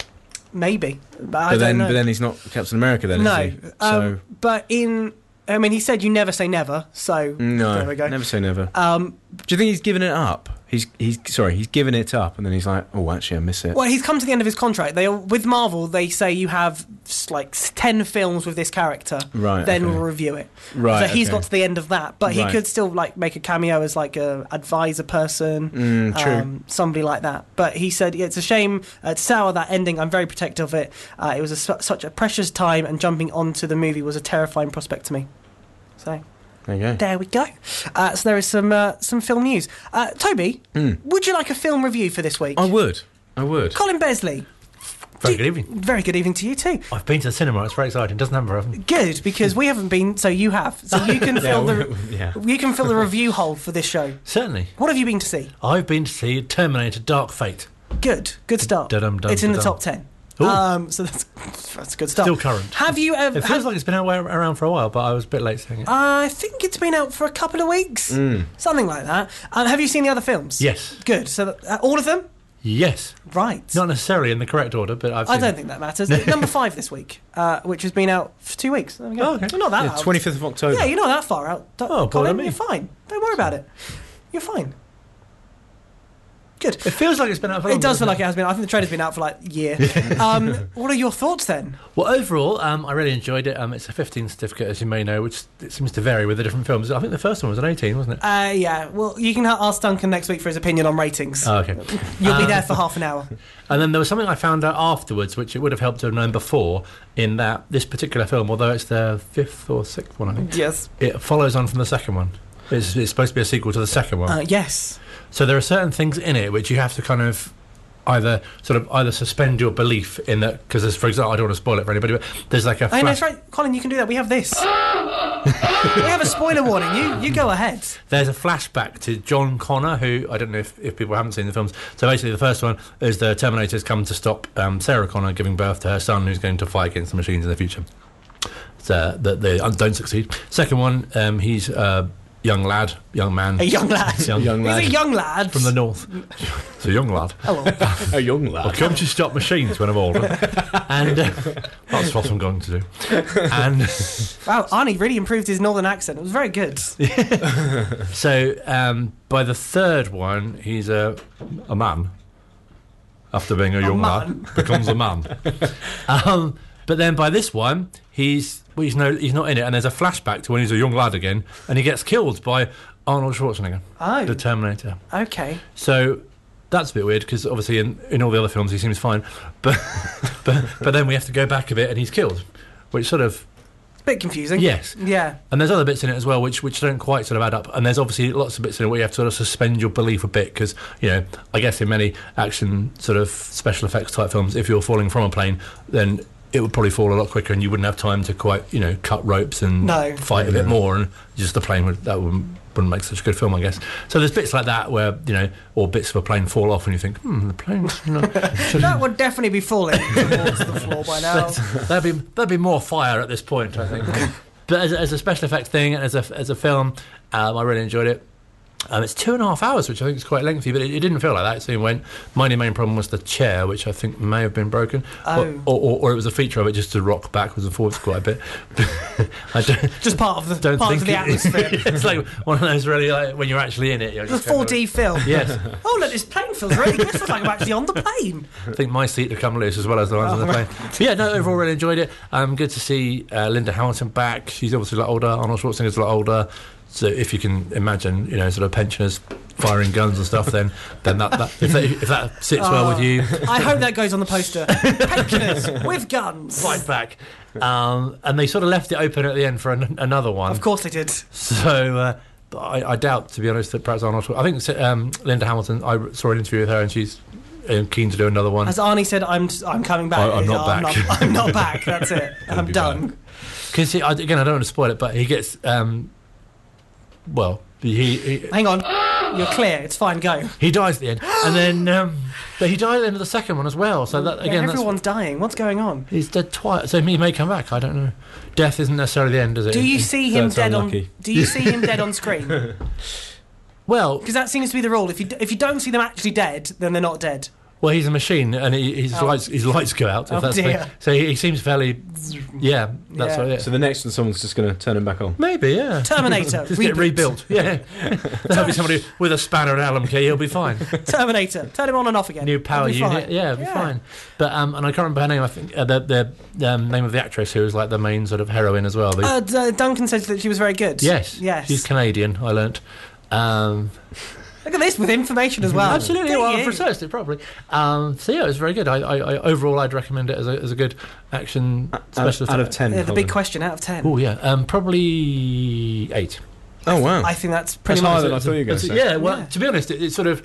S2: Maybe, but, I
S5: but
S2: don't
S5: then,
S2: know.
S5: but then he's not Captain America. Then
S2: no.
S5: is he?
S2: Um, But in I mean, he said you never say never, so
S5: No,
S2: there we go.
S5: never say never.
S2: Um,
S5: Do you think he's given it up? He's he's sorry, he's given it up, and then he's like, oh, actually, I miss it.
S2: well, he's come to the end of his contract. They with Marvel, they say you have s- like s- ten films with this character.
S5: Right,
S2: Then
S5: okay.
S2: we'll review it.
S5: Right,
S2: So he's
S5: okay.
S2: got to the end of that, but he
S5: Right.
S2: could still like make a cameo as like a advisor person.
S5: Mm, true.
S2: um, somebody like that. But he said, yeah, it's a shame uh, to sour that ending. I'm very protective of it. Uh, it was a, su- such a precious time, and jumping onto the movie was a terrifying prospect to me. So
S5: there you go.
S2: there we go. Uh, so there is some uh, some film news. Uh, Toby, would you like a film review for this week?
S5: Hmm. I would. I would.
S2: Colin Besley.
S8: Very
S2: do-
S8: good evening. Oh.
S2: Very good evening to you too.
S8: I've been to the cinema. It's very exciting. Doesn't happen very often.
S2: Good because we haven't been, so you have. So you
S8: [LAUGHS]
S2: can fill the
S5: [LAUGHS] yeah.
S2: you can fill the review hole for this show.
S8: Certainly.
S2: What have you been to see?
S8: I've been to see Terminator Dark Fate.
S2: Good, good start.
S8: Da-dum-dum,
S2: it's in the
S8: da-dum.
S2: top ten.
S8: Ooh.
S2: Um, so that's that's good stuff.
S8: Still current.
S2: Have you ever?
S8: It feels like it's been out, around for a while, but I was a bit late seeing it.
S2: I think it's been out for a couple of weeks, something like that. Um, have you seen the other films?
S8: Yes.
S2: Good. So that, uh, all of them,
S8: yes.
S2: right?
S8: Not necessarily in the correct order, but I've seen
S2: I don't
S8: it.
S2: think that
S8: [LAUGHS]
S2: matters. Number five this week, uh, which has been out for two weeks. There we go.
S8: Oh, okay.
S2: You're not that
S5: Yeah,
S2: out.
S5: 25th of October.
S2: Yeah, you're not that far out. Do-
S8: Oh,
S2: Colin,
S8: pardon me.
S2: you're fine. Don't worry about it. You're fine. Good.
S8: It feels like it's been out for a
S2: It
S8: long
S2: does feel
S8: time.
S2: like it has been. I think the trailer's been out for like a
S8: [LAUGHS]
S2: year. um, what are your thoughts then?
S8: Well, overall, um, I really enjoyed it. Um, it's a 15 certificate, as you may know, which it seems to vary with the different films. I think the first one was an 18, wasn't it?
S2: Uh, yeah, well, you can ha- ask Duncan next week for his opinion on ratings.
S8: Oh, [LAUGHS] okay.
S2: You'll be
S8: Um,
S2: there for half an
S8: [LAUGHS]
S2: hour.
S8: And then there was something I found out afterwards, which it would have helped to have known before, in that this particular film, although it's the fifth or sixth one, I think,
S2: Yes.
S8: it follows on from the second one. It's, it's supposed to be a sequel to the second one.
S2: Uh, yes.
S8: So there are certain things in it which you have to kind of either sort of either suspend your belief in that because there's for example I don't want to spoil it for anybody but there's like a
S2: I
S8: flash,
S2: know, Oh, that's right. Colin, you can do that. We have this. we have a spoiler warning. You you go ahead.
S8: there's a flashback to John Connor who I don't know if, if people haven't seen the films so basically the first one is the Terminator's come to stop um, Sarah Connor giving birth to her son who's going to fight against the machines in the future so that they uh, don't succeed second one um, he's a young lad young man
S2: A young lad.
S8: young,
S5: Young
S2: He's
S5: lad.
S2: a young lad.
S8: from the north [LAUGHS] it's a young lad
S2: Oh, well.
S5: a young
S8: I'll
S5: lad.
S8: come to stop machines when I'm older. [LAUGHS] and uh, that's what I'm going to do. And
S2: Wow, Arnie really improved his northern accent. It was very good.
S8: so um, by the third one, he's a, a man. After being a, young
S2: man.
S8: lad, becomes
S2: [LAUGHS]
S8: a man. um, but then by this one, he's well, he's no, he's not in it, and there's a flashback to when he's a young lad again, and he gets killed by Arnold Schwarzenegger,
S2: Oh.
S8: the Terminator.
S2: Okay.
S8: So that's a bit weird because obviously in, in all the other films he seems fine, but, [LAUGHS] but but then we have to go back a bit and he's killed, which sort of
S2: It's a bit confusing.
S8: yes.
S2: Yeah.
S8: And there's other bits in it as well which which don't quite sort of add up. And there's obviously lots of bits in it where you have to sort of suspend your belief a bit because you know I guess in many action sort of special effects type films, if you're falling from a plane, then it would probably fall a lot quicker, and you wouldn't have time to quite, you know, cut ropes and
S2: No.
S8: fight a bit more, and just the plane would that wouldn't, wouldn't make such a good film, I guess. So there's bits like that where you know, or bits of a plane fall off, and you think, hmm, the plane, you know, should-
S2: That would definitely be
S8: [LAUGHS]
S2: falling towards the floor by now.
S8: there'd be there'd be more fire at this point,
S2: [LAUGHS]
S8: I think. but as, as a special effects thing and as a as a film, um, I really enjoyed it. Um, it's two and a half hours, which I think is quite lengthy, but it, it didn't feel like that. So it went. My only main problem was the chair, which I think may have been broken,
S2: Oh.
S8: or, or, or it was a feature of it just to rock backwards and forwards quite a bit. [LAUGHS] I don't,
S2: Just part of the
S8: don't
S2: part
S8: think
S2: of the
S8: [LAUGHS] it-
S2: atmosphere.
S8: it's like one of those really like when you're actually in it. You're
S2: It's a
S8: just going,
S2: 4D film.
S8: Yes,
S2: Oh, look, this plane feels really good. Feels like I'm actually on the plane.
S8: I think my seat had come loose as well as the ones
S2: Oh,
S8: on the plane. But yeah, no, overall really enjoyed it. Um, good to see uh, Linda Hamilton back. She's obviously a lot older. Arnold Schwarzenegger's a lot older. So if you can imagine, you know, sort of pensioners firing guns and stuff, then then that, that if, that if that sits well with you,
S2: I hope that goes on the poster. Pensioners with guns.
S8: fight back. Um, and they sort of left it open at the end for an, another one.
S2: Of course they did.
S8: So. Uh, but I, I doubt, to be honest, that perhaps Arnold. Schwar- I think um, Linda Hamilton. I saw an interview with her, and she's uh, keen to do another one.
S2: As Arnie said, I'm I'm coming back.
S8: I- I'm not
S2: I'm
S8: back.
S2: Not, I'm not back. That's
S8: [LAUGHS]
S2: it. I'm
S5: be
S2: done.
S8: Because again, I don't want to spoil it, but he gets um, well, he, he
S2: Hang on. You're clear. It's fine. Go.
S8: he dies at the end, and then um, but he died at the end of the second one as well. So that
S2: Yeah,
S8: again, that's,
S2: everyone's dying. What's going on?
S8: he's dead twice. So he may come back. I don't know. Death isn't necessarily the end, is it?
S2: Do you see him
S5: That's
S2: dead
S5: unlucky.
S2: on? Do you see him
S8: [LAUGHS]
S2: dead on screen? Because
S8: Well,
S2: that seems to be the rule. If you if you don't see them actually dead, then they're not dead.
S8: Well, he's a machine, and he, his
S2: Oh.
S8: lights his lights go out. If
S2: Oh,
S8: that's the thing.
S2: dear.
S8: So he, he seems fairly, yeah.
S2: Yeah.
S8: That's what it is.
S5: So the next one, someone's just going to turn him back on.
S8: Maybe, yeah.
S2: Terminator.
S8: [LAUGHS] Just get
S2: reboot.
S8: rebuilt.
S2: [LAUGHS]
S8: Yeah. That'll be somebody with a spanner and Allen key. He'll be fine.
S2: Terminator. Turn him on and off again.
S8: New power
S2: It'll be
S8: unit.
S2: fine.
S8: Yeah, it'll be fine. But um, and I can't remember her name. I think uh, the the um, name of the actress who was like the main sort of heroine as well. The-
S2: Uh, D- Duncan says that she was very good.
S8: Oh, yes.
S2: Yes.
S8: She's Canadian. I learnt. Um,
S2: Look at this with information as well.
S8: Absolutely,
S2: Get
S8: well,
S2: you.
S8: I've researched it properly. Um, so yeah, it was very good. I, I, I overall, I'd recommend it as a, as a good action
S5: Out,
S8: special
S5: out of
S8: effect.
S5: ten.
S2: Yeah, the big
S5: Colin.
S2: question out of 10.
S8: Oh yeah, um, probably eight.
S5: oh wow.
S2: I think that's pretty
S5: higher
S2: much
S5: than I thought you were gonna
S8: It's-
S5: say.
S8: Yeah, well,
S2: Yeah.
S8: to be honest, it, it's sort of.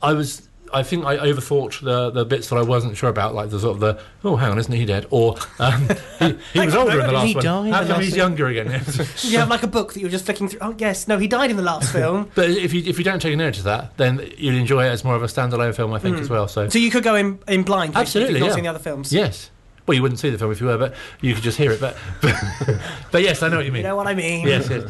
S8: I was. I think I overthought the the bits that I wasn't sure about, like the sort of the oh, hang on, isn't he dead? Or um, he,
S5: [LAUGHS]
S8: he was older in the last
S1: He
S8: one.
S1: died
S8: How
S1: in the
S8: come
S1: last
S8: he's
S1: one?
S8: younger again?
S2: You have like a book that you're just flicking through. Oh, yes. No, he died in the
S8: [LAUGHS]
S2: last film.
S8: but if you if you don't take a note of that, then you'll enjoy it as more of a standalone film, I think,
S5: Mm.
S8: as well. So
S2: So you could go in, in blind. basically, If
S8: Absolutely,
S2: you've not
S8: yeah.
S2: seen the other films.
S8: yes. Well, you wouldn't see the film if you were, but you could just hear it. But [LAUGHS] but yes, I know what you
S2: You
S5: [LAUGHS]
S8: mean.
S2: know what I mean?
S8: yes, yes.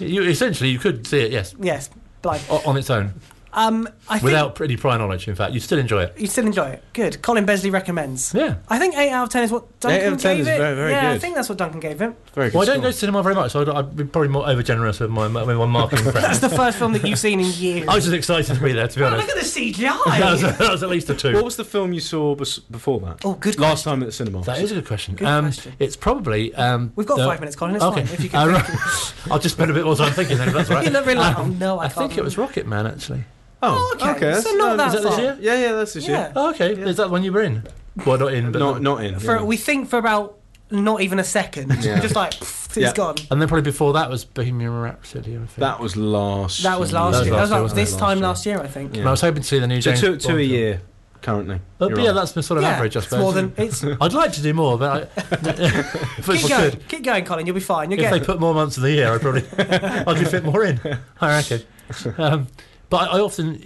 S8: You essentially you could see it, yes,
S2: Yes. Blind.
S8: o- on its own,
S2: Um, I think
S8: without pretty prior knowledge. In fact, you'd still enjoy it.
S2: you still enjoy it. Good. Colin Besley recommends.
S8: Yeah.
S2: I think 8 out of 10 is what Duncan
S5: Eight out of 10
S2: gave
S5: is
S2: it.
S5: very, very
S2: yeah, I
S5: good.
S2: think that's what Duncan gave it.
S5: Very good
S8: Well, I don't
S5: score.
S8: go to cinema very much, so I'd, I'd be probably more over generous with my, with
S2: [LAUGHS]
S8: my marketing
S2: That's
S8: prep.
S2: the first film that you've seen in years.
S8: I was just excited to be there, to be
S2: Oh, look
S8: honest.
S2: at the
S8: [LAUGHS] That was,
S2: CGI.
S8: that was at least a
S5: What
S8: two.
S5: was the film you saw bes- before that?
S2: oh, good.
S5: Last time at the cinema.
S8: That is a good question.
S2: Good
S8: um,
S2: question.
S8: It's probably. Um,
S2: We've got
S8: the-
S2: five minutes, Colin. It's
S8: okay.
S2: fine. If you
S8: Uh,
S2: can.
S8: [LAUGHS] right. I'll just spend a bit more time thinking then,
S2: [LAUGHS]
S8: if that's all right.
S2: you look really like, oh
S8: Um,
S2: no, I,
S8: I
S2: can't.
S8: think it was Rocket Man, actually.
S5: Oh,
S2: okay, so not
S5: um,
S2: that
S5: is
S8: Is that this
S2: far.
S8: year?
S5: Yeah, yeah, that's this
S2: Yeah.
S5: year.
S8: Oh, okay. Is that the one you were in? Well, not in, but.
S5: Not, not in.
S2: For,
S5: yeah.
S2: We think for about not even a second.
S5: Yeah.
S2: [LAUGHS] Just like, pfft, it's
S5: Yeah.
S2: gone.
S8: and then probably before that was Bohemian Rhapsody, I think.
S5: that was last.
S2: That was last
S8: That
S2: year. That
S8: was last year,
S2: was like
S8: wasn't
S2: this
S5: it?
S2: time last
S5: Last
S2: year, I think.
S5: Yeah.
S8: And I was hoping to see the new
S5: So
S8: James
S5: two, two a
S8: Bond film.
S5: year currently.
S8: But,
S5: You're
S8: but yeah,
S5: right.
S8: that's the sort of average, I
S2: it's
S8: suppose.
S2: more than
S8: [LAUGHS]
S2: it's.
S8: I'd like to do more, but I, [LAUGHS] if
S2: [LAUGHS] keep
S8: I
S2: going,
S8: could.
S2: keep going, Colin. You'll be fine. You'll
S8: If
S2: get.
S8: they put more months in the year, I probably [LAUGHS] I could fit more in. I reckon. Um, but I, I often,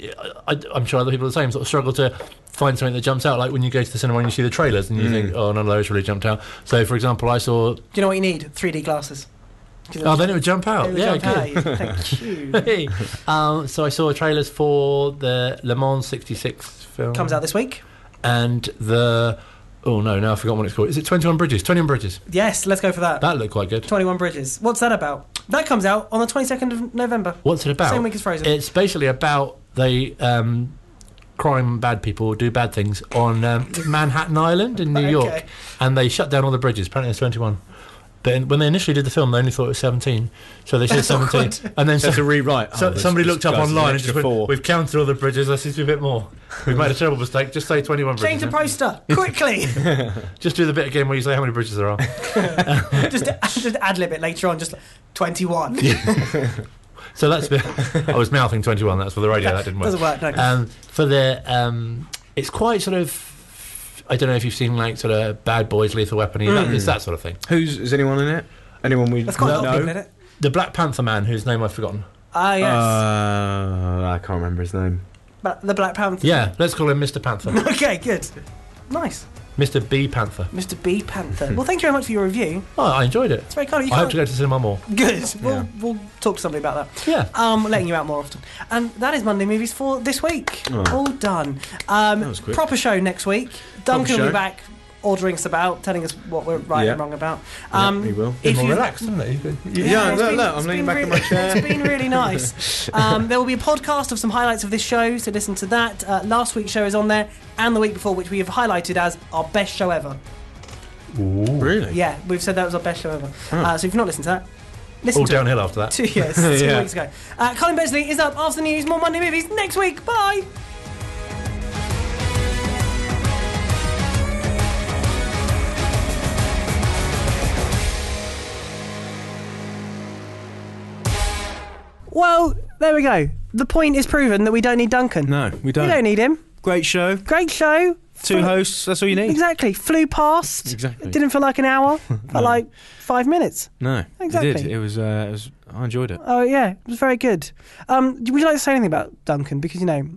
S8: I, I'm sure other people are the same, sort of struggle to find something that jumps out. Like when you go to the cinema and you see the trailers
S2: Mm.
S8: and you think, oh, none of those really jumped out. So, for example, I saw.
S2: Do you know what you need? 3D glasses. 'Cause
S8: Oh, then it would jump out.
S2: it'll
S8: yeah,
S2: jump
S8: it
S2: out
S8: did.
S2: at you. Thank you.
S8: [LAUGHS] Hey. um, so I saw trailers for the Le Mans '66 film.
S2: Comes out this week.
S8: and the oh no, now I forgot what it's called. Is it Twenty One Bridges? Twenty One Bridges.
S2: Yes, let's go for that.
S8: That looked quite good.
S2: 21 Bridges. What's that about? That comes out on the 22nd of November.
S8: What's it about?
S2: Same week as Frozen.
S8: It's basically about they um, crime bad people do bad things on um, Manhattan Island in New York,
S2: Okay.
S8: and they shut down all the bridges. Apparently, it's twenty one. But when they initially did the film, they only thought it was seventeen, so
S2: [LAUGHS]
S8: they said
S2: Oh,
S8: seventeen, and then
S5: So
S8: so,
S5: it's a rewrite.
S8: so-
S5: Oh, this-
S8: somebody
S5: this
S8: looked up
S5: guy's an
S8: online and
S5: extra
S8: just went,
S5: four.
S8: "We've counted all the bridges. Let's do a bit more. We've made a terrible mistake. Just say twenty one bridges.
S2: Change the
S8: now."
S2: poster
S8: [LAUGHS]
S2: quickly. [LAUGHS]
S8: Just do the bit again where you say how many bridges there are."
S2: just just ad lib it later on. Just like, 21.
S8: So that's I was mouthing 21. That's for the radio. That didn't work.
S2: [LAUGHS] Doesn't work. No.
S8: Um, for the um, it's quite sort of I don't know if you've seen like sort of Bad Boys, Lethal Weapon. you know, It's that sort of thing.
S5: Who's is anyone in it? Anyone we
S2: That's quite a lot of
S5: know?
S2: people in it.
S8: The Black Panther man, whose name I've forgotten.
S2: Ah yes,
S5: Uh, I can't remember his name.
S2: but the Black Panther.
S8: Yeah, let's call him Mr. Panther,
S2: [LAUGHS]
S8: [LAUGHS]
S2: Okay, good. Nice,
S8: Mr. B Panther.
S2: Mr. B
S8: [LAUGHS]
S2: Panther. Well, thank you very much for your review.
S8: Oh, I enjoyed it.
S2: It's very kind. of You
S8: I hope to
S2: can't-
S8: go to cinema more.
S2: Good. We'll
S5: Yeah.
S2: we'll talk to somebody about that.
S8: Yeah.
S2: Um, letting you out more often. And that is Monday movies for this week.
S5: Oh.
S2: All done. Um,
S5: was quick.
S2: proper show next week. Duncan will be
S5: show.
S2: back ordering us about, telling us what we're right
S5: Yeah.
S2: and wrong about. Um,
S5: yeah, he will.
S8: Bit
S2: if
S8: more
S2: you-
S8: relaxed, isn't it? You- you-
S5: Yeah,
S2: it's
S5: look,
S2: been-
S5: look, I'm
S2: it's
S5: leaning
S2: been
S5: back in my chair.
S2: [LAUGHS] It's been
S5: [LAUGHS]
S2: really nice. Um, there will be a podcast of some highlights of this show, so listen to that. Uh, last week's show is on there, and the week before, which we have highlighted as our best show ever.
S5: Really?
S2: Yeah, we've said that was our best show ever. Uh, so if you've not listened to that, listen
S8: All
S2: to it.
S8: downhill
S2: [LAUGHS]
S8: after [LAUGHS] that.
S1: [LAUGHS]
S2: Two years, two
S5: Yeah.
S2: weeks ago. Uh, Colin Besley is up after the news. More Monday movies next week. Bye. Well, there we go. The point is proven that we don't need Duncan.
S1: No, we
S2: We
S1: don't.
S2: don't need him.
S1: Great show.
S2: Great show.
S1: Two hosts. That's all you need.
S2: Exactly. Flew past.
S1: Exactly.
S2: Didn't feel like
S1: [LAUGHS]
S2: an hour. Felt like five minutes.
S1: No,
S2: Exactly.
S1: It did. It was. Uh, it was. I enjoyed it.
S2: Oh yeah, it was very good. Um, would you like to say anything about Duncan? Because you know,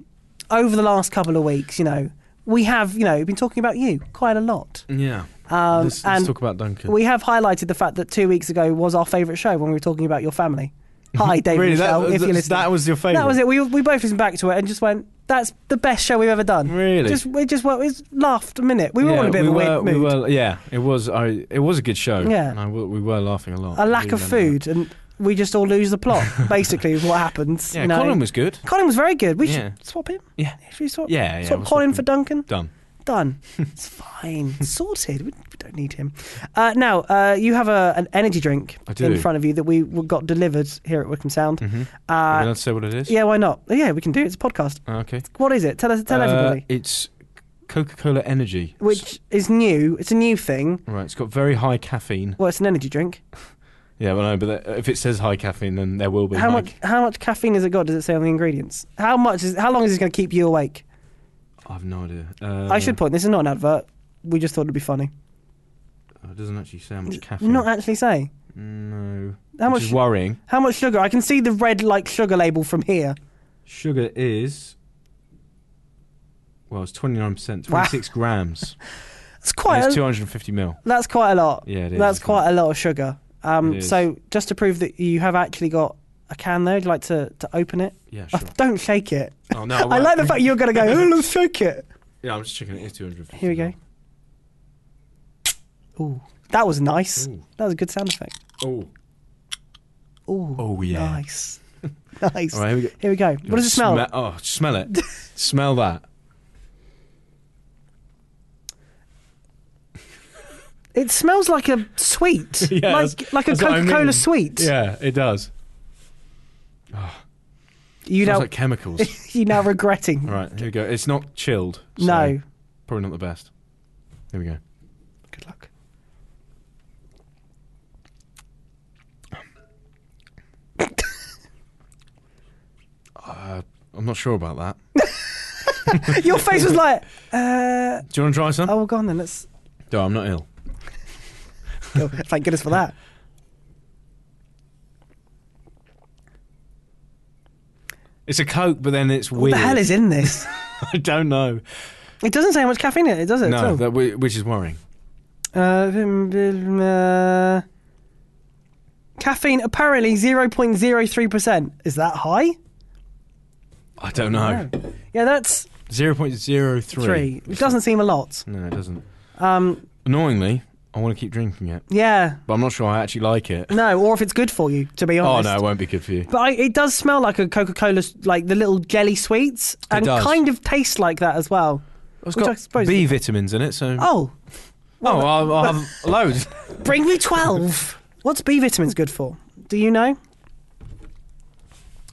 S2: over the last couple of weeks, you know, we have you know been talking about you quite a lot.
S1: Yeah.
S2: Um,
S1: let's,
S2: and
S1: let's talk about Duncan.
S5: [LAUGHS]
S2: we have highlighted the fact that two weeks ago was our favourite show when we were talking about your family. Hi, David
S5: really, that,
S2: Michelle, if
S5: that-
S2: you're listening.
S5: that was your favourite.
S2: That was it. We, we both listened back to it and just went, "That's the best show we've ever done."
S5: Really?
S2: Just we just we just laughed a minute. We were all in a bit
S5: we
S2: of a
S5: were,
S2: weird mood.
S5: we were- yeah, it was. I, it was a good show.
S2: Yeah.
S5: and I w- we were laughing a lot.
S2: a
S5: I
S2: lack
S5: do
S2: of
S5: remember
S2: food, and we just all lose the plot. basically, is what happens.
S5: that. [LAUGHS] Yeah,
S2: you know?
S5: Colin was good.
S2: Colin was very good. We
S5: Yeah.
S2: should swap him.
S5: Yeah.
S2: Should we swap?
S5: Yeah, yeah.
S2: swap
S5: we'll
S2: Colin
S5: swap
S2: for
S5: him.
S2: Duncan.
S5: Done. [LAUGHS]
S2: Done. it's fine. Sorted. We, we don't need him. Uh, now uh, you have a, an energy drink
S5: I do.
S2: in front of you that we w- got delivered here at Wickham Sound.
S5: Mm-hmm.
S2: Uh,
S5: allowed to say what it is?
S2: yeah, why not? Yeah, we can do it. It's a podcast.
S5: Oh, okay.
S2: What is it? Tell us. Tell
S5: Uh,
S2: everybody.
S5: It's Coca-Cola Energy. S-
S2: Which is new. It's a new thing.
S5: right, it's got very high caffeine.
S2: Well, it's an energy drink.
S5: Yeah, well, no, but that, if it says high caffeine, then there will be.
S2: how
S5: like-
S2: much? How much caffeine has it got? Does it say on the ingredients? How much is? How long is this going to keep you awake?
S5: I have no idea. Uh,
S2: I should point. This is not an advert. We just thought it'd be funny.
S5: It doesn't actually say how much caffeine.
S2: Not actually say
S5: no.
S2: how
S5: Which
S2: much.
S5: is worrying.
S2: how much sugar? I can see the red like sugar label from here.
S5: Sugar is. Well, it's 29%,
S2: Wow.
S5: 26
S2: [LAUGHS]
S5: grams.
S2: That's
S5: And
S2: quite.
S5: it's
S2: A,
S5: 250 mil.
S2: that's quite a lot.
S5: Yeah, it is.
S2: That's
S5: isn't
S2: quite
S5: it?
S2: a lot of sugar. Um,
S5: It is.
S2: so just to prove that you have actually got a can there, would you like to, to open it? Oh,
S5: Yeah, sure.
S2: Don't shake it.
S5: oh, no.
S2: [LAUGHS] I
S5: won't.
S2: like the fact you're going to go. Oh, let's
S5: [LAUGHS]
S2: shake it.
S5: Yeah, I'm just checking it. It's 250.
S2: Here we go. Ooh, that was nice.
S5: Ooh.
S2: That was a good sound effect.
S5: Oh.
S2: Ooh,
S5: Oh, yeah. [LAUGHS]
S2: nice, nice.
S5: All right, here we go.
S2: Here we go. What does it smell?
S5: Sme- oh, smell
S2: [LAUGHS]
S5: it. smell that.
S2: It smells like a sweet,
S5: [LAUGHS] Yeah,
S2: like
S5: that's-
S2: like a
S5: that's what I
S2: Coca Cola
S5: mean.
S2: sweet.
S5: Yeah, it does. Smells
S2: You now
S5: like chemicals.
S2: [LAUGHS] you now regretting.
S5: All right, here we go. It's not chilled. so
S2: No,
S5: Probably not the best. Here we go.
S2: good luck.
S5: Uh, I'm not sure about that.
S2: [LAUGHS] Your face
S5: [LAUGHS]
S2: was like, uh,
S5: Do you want to try some?
S2: oh, well, go on then. Let's.
S5: No, I'm not ill.
S2: Go. Thank goodness for that.
S5: It's a Coke, but then it's
S2: What
S5: weird.
S2: the hell is in this?
S5: [LAUGHS] I don't know.
S2: It doesn't say how much caffeine in it. Does it? at
S5: No,
S2: all?
S5: that, whi- which is worrying.
S2: Uh, um, um, uh, caffeine apparently 0.03%. Is that high?
S5: I don't know.
S2: Yeah, that's
S5: 0.03.
S2: three. It doesn't seem a lot.
S5: No, it doesn't.
S2: Um,
S5: Annoyingly, I want to keep drinking it,
S2: yeah,
S5: but I'm not sure I actually like it.
S2: no, or if it's good for you, to be
S5: Oh,
S2: honest.
S5: no, it won't be good for you.
S2: But I, it does smell like a Coca Cola, like the little jelly sweets, and
S5: does.
S2: kind of tastes like that as well.
S5: It's
S2: Which I
S5: got
S2: suppose-
S5: B vitamins in it, so.
S2: Oh,
S5: [LAUGHS] Oh, I'll, I'll have loads. [LAUGHS]
S2: bring me 12. What's B vitamins good for? Do you know?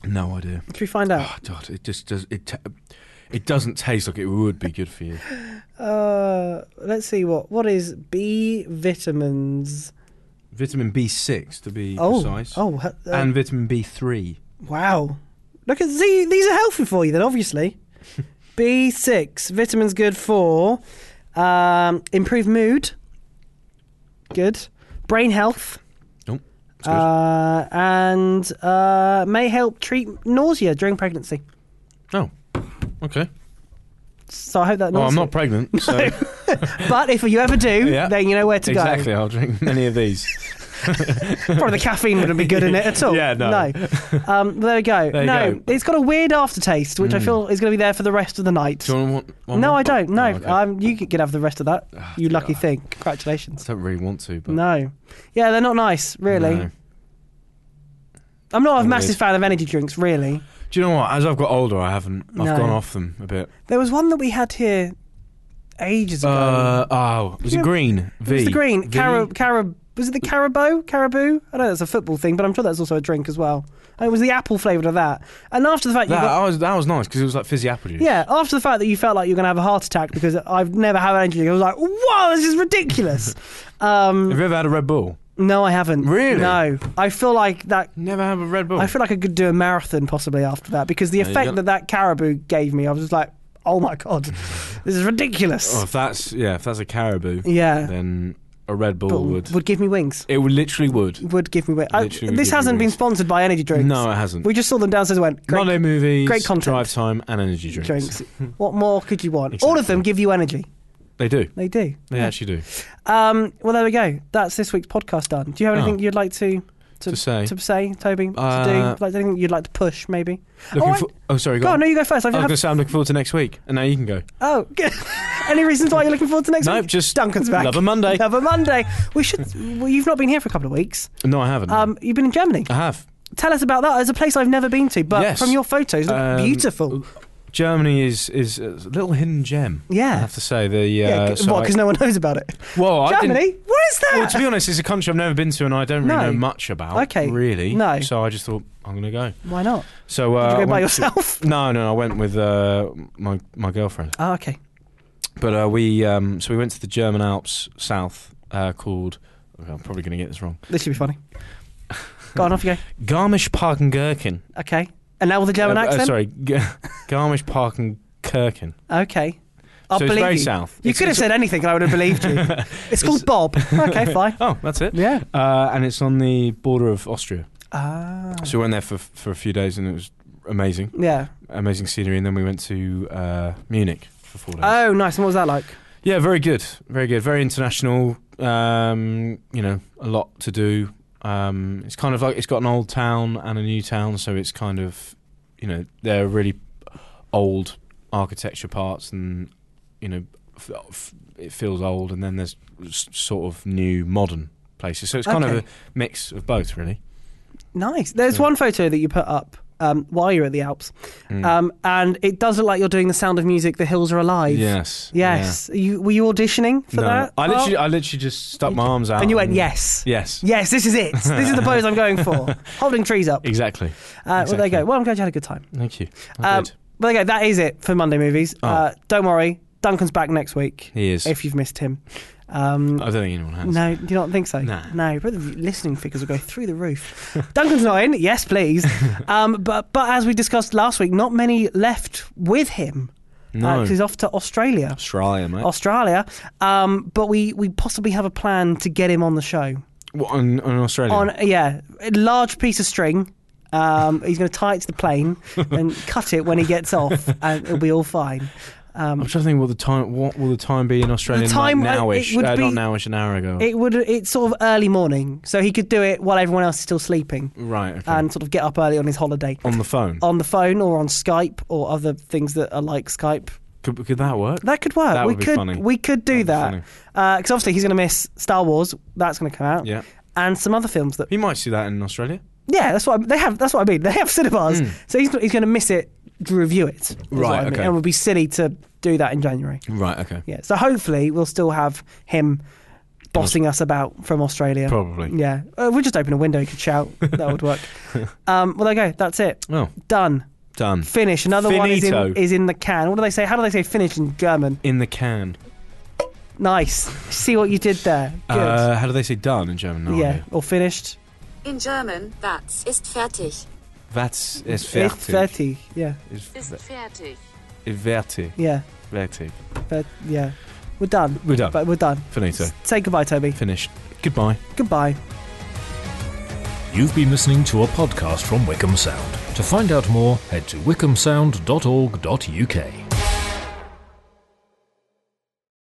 S5: No idea.
S2: Should we find out?
S5: [SIGHS] Oh, God, it just does. It, ta it doesn't taste like it would be good for you.
S2: Uh, let's see what. What is B vitamins?
S5: Vitamin B6, to be
S2: Oh,
S5: precise.
S2: oh, uh,
S5: and vitamin B3.
S2: Wow. Look at see, these are healthy for you then,
S5: [LAUGHS]
S2: obviously. B6, vitamins good for um, improved mood. Good. Brain health.
S5: Oh, that's good.
S2: Uh, and uh, may help treat nausea during pregnancy.
S5: oh, okay.
S2: So I hope that.
S5: Well, Oh, I'm
S2: nausea-
S5: not
S2: [LAUGHS]
S5: pregnant, so
S2: But if you ever
S5: [LAUGHS]
S2: do,
S5: Yeah.
S2: then you know where to
S5: exactly. I'll drink many of these.
S2: go. Probably the caffeine wouldn't be good in it at
S5: [LAUGHS]
S2: all.
S5: Yeah, no.
S2: Um, there we go.
S5: There you
S2: no,
S5: go. Mm.
S2: it's got a weird aftertaste, which I feel is going to be there for the rest of the night.
S5: Do you want one? one
S2: No,
S5: more?
S2: I don't. No,
S5: Oh, okay. Ah,
S2: um, you can have the rest of that. you lucky
S5: God.
S2: thing.
S5: I
S2: Congratulations.
S5: don't really want to, but
S2: No, yeah, they're not nice, really.
S5: No.
S2: I'm not a
S5: Weird.
S2: massive fan of energy drinks, really.
S5: Do you know what? As I've got older, I haven't. I've
S2: No.
S5: gone off them a bit.
S2: There was one that we had here ages ago.
S5: Uh, oh, was it
S2: Yeah.
S5: green?
S2: it
S5: V.
S2: was the green
S5: V?
S2: carib carib. Was it the caribou? Caribou? I know that's a football thing, but I'm sure that's also a drink as well. And it was the apple flavour of that. And after the fact, you
S5: That,
S2: got,
S5: that was that was nice because it was like fizzy apple juice.
S2: yeah, after the fact that you felt like you were going to have a heart attack because I've never had an energy drink, I was like, whoa, this is
S5: [LAUGHS]
S2: ridiculous. um,
S5: Have you ever had a Red Bull?
S2: no, I haven't.
S5: Really?
S2: No, I feel like that
S5: Never have a Red Bull.
S2: I feel like I could do a marathon possibly after that because the
S5: you
S2: effect
S5: got-
S2: that that caribou gave me, I was just like, oh
S5: [LAUGHS]
S2: my god, this is ridiculous.
S5: oh, if that's yeah, if that's a caribou,
S2: yeah,
S5: then a Red Bull
S2: But
S5: would.
S2: give me wings.
S5: It would literally would.
S2: Would give me wings. I-
S5: Literally would
S2: this
S5: give me
S2: hasn't been
S5: wings.
S2: sponsored by energy drinks.
S5: No, it hasn't.
S2: we just saw them downstairs and went great
S5: Monday movies,
S2: great content.
S5: drive time, and energy drinks. [LAUGHS]
S2: drinks. what more could you want? All of them
S5: Exactly.
S2: give you energy.
S5: They do.
S2: They do.
S5: They actually do.
S2: Um, well, there we go. That's this week's podcast done. Do you have
S5: Oh.
S2: anything you'd like to
S5: to say.
S2: to say, Toby?
S5: Uh,
S2: to do? Like anything you'd like to push, maybe?
S5: Looking
S2: Oh, I-
S5: for- oh, sorry.
S2: Go on, no, you go first. I
S5: I was
S2: have-
S5: going to say I'm looking forward to next week, and now you can go.
S2: Oh, [LAUGHS] good. any reasons why you're looking forward to next
S5: Nope,
S2: week?
S5: just
S2: Duncan's back.
S5: love a Monday.
S2: Love a Monday. We should. Well, you've not been here for a couple of weeks.
S5: No, I haven't.
S2: Um, you've been in Germany.
S5: I have.
S2: Tell us about that. It's a place I've never been to, but
S5: Uh, Yes.
S2: from your photos, look
S5: Um,
S2: beautiful.
S5: Germany is is a little hidden gem.
S2: Yeah.
S5: I have to say the uh,
S2: Yeah, c-
S5: so
S2: what?
S5: I-
S2: Because no one knows about it.
S5: well, I didn't-
S2: Germany? What is that?
S5: Well, to be honest, it's a country I've never been to, and I don't really
S2: No.
S5: know much about.
S2: Okay.
S5: really.
S2: No.
S5: So I just thought I'm going to go.
S2: [LAUGHS] Why not?
S5: So uh,
S2: Did you
S5: I
S2: go by
S5: went- [LAUGHS]
S2: yourself?
S5: No, no, I went with uh, my my girlfriend.
S2: oh, okay.
S5: But uh, we um, so we went to the German Alps south uh, called. okay, I'm probably going to get this wrong.
S2: This
S5: [LAUGHS]
S2: should be funny. Go on, off you go.
S5: Garmisch Partenkirchen.
S2: Okay. And now with the German
S5: Uh, uh,
S2: accent?
S5: sorry, G- [LAUGHS] Garmisch Partenkirchen.
S2: Okay. I'll
S5: so it's
S2: believe
S5: very
S2: you.
S5: south.
S2: You
S5: It's-
S2: could
S5: it's-
S2: have said anything, and I would have
S5: [LAUGHS]
S2: believed you. It's called Bob. Okay, fine.
S5: Oh, that's it.
S2: Yeah.
S5: Uh, and it's on the border of Austria.
S2: Ah.
S5: So we went there for for a few days, and it was amazing,
S2: Yeah.
S5: amazing scenery. And then we went to uh, Munich for four days.
S2: Oh, nice. And what was that like?
S5: yeah, very good, very good, very international. Um, you know, a lot to do. Um, it's kind of like it's got an old town and a new town, so it's kind of you know they're really old architecture parts, and you know f- f- it feels old, and then there's s- sort of new modern places. So it's kind of
S2: Okay.
S5: a mix of both, really.
S2: Nice. There's one photo that you put up um, while you're at the Alps,
S5: Mm.
S2: um, and it does look like you're doing the sound of music. The hills are alive.
S5: Yes. yeah.
S2: Yes. You, were you auditioning for
S5: No,
S2: that?
S5: I
S2: part?
S5: literally, I literally just stuck my arms out,
S2: and you went yes.
S5: yes,
S2: Yes, this is it. This is the pose I'm
S5: [LAUGHS]
S2: going for. Holding trees up.
S5: exactly.
S2: Uh, Well,
S5: E-
S2: there you
S5: exactly.
S2: go. Well, I'm glad you had a good time.
S5: Thank you. I
S2: Um,
S5: did.
S2: but there you go. That is it for Monday movies.
S5: Oh.
S2: Uh, don't worry. Duncan's back next week.
S5: He is.
S2: If you've missed him. Um,
S5: I don't think anyone has.
S2: No, do you not think so?
S5: Nah.
S2: No, but the listening figures will go through the roof. [LAUGHS] Duncan's not in, yes, please. Um, but but as we discussed last week, not many left with him.
S5: No.
S2: because he's off to Australia.
S5: Australia,
S2: Oh.
S5: mate.
S2: Australia. Um, but we we possibly have a plan to get him on the show.
S5: What, on, on Australia?
S2: On yeah, a large piece of string. Um, he's going to tie it to the plane and cut it when he gets off, and it'll be all fine.
S5: I'm trying to think. What the time? What will the time be in Australia?
S2: The time,
S5: like
S2: uh,
S5: nowish.
S2: it would
S5: uh,
S2: be-
S5: not nowish. An hour ago.
S2: It would it's sort of early morning, so he could do it while everyone else is still sleeping,
S5: right. Okay.
S2: and sort of get up early on his holiday.
S5: on the phone.
S2: on the phone or on Skype or other things that are like Skype.
S5: could, could that work?
S2: That could work.
S5: That
S2: we
S5: would be
S2: could
S5: funny.
S2: we could do that
S5: That'd be
S2: because obviously he's going to miss Star Wars. That's going to come out.
S5: Yeah.
S2: And some other films that
S5: He might see that in Australia.
S2: yeah, that's what I, they have. That's what I mean. They have cinemas, so he's not, he's going to miss it to review it. is what
S5: Hmm. Right,
S2: I mean.
S5: okay.
S2: And it would be silly to do that in January.
S5: Right. Okay.
S2: Yeah. So hopefully we'll still have him bossing us about from Australia.
S5: Probably.
S2: Yeah. Uh, we'll just open a window. He could shout. that
S5: [LAUGHS]
S2: would work. Um, well, there you go. That's it.
S5: Oh,
S2: Done.
S5: done.
S2: Finish. Another one is in,
S5: Finito.
S2: is in the can. What do they say? How do they say finish in German?
S5: In the can.
S2: Nice. See what you did there. Good.
S5: Uh, how do they say done in German? No
S2: yeah.
S5: idea.
S2: Or finished.
S3: In German, that's ist fertig.
S5: That's it's
S2: It's
S5: fertig.
S2: thirty. Yeah.
S5: It's
S3: Ist fertig.
S5: fertig.
S2: Yeah.
S5: Fertig.
S2: But yeah. We're done.
S5: We're done.
S2: But we're done.
S5: Finito.
S2: Say goodbye, Toby.
S5: Finished. Goodbye.
S2: Goodbye.
S9: You've been listening to a podcast from Wickham Sound. To find out more, head to wickhamsound.org.uk.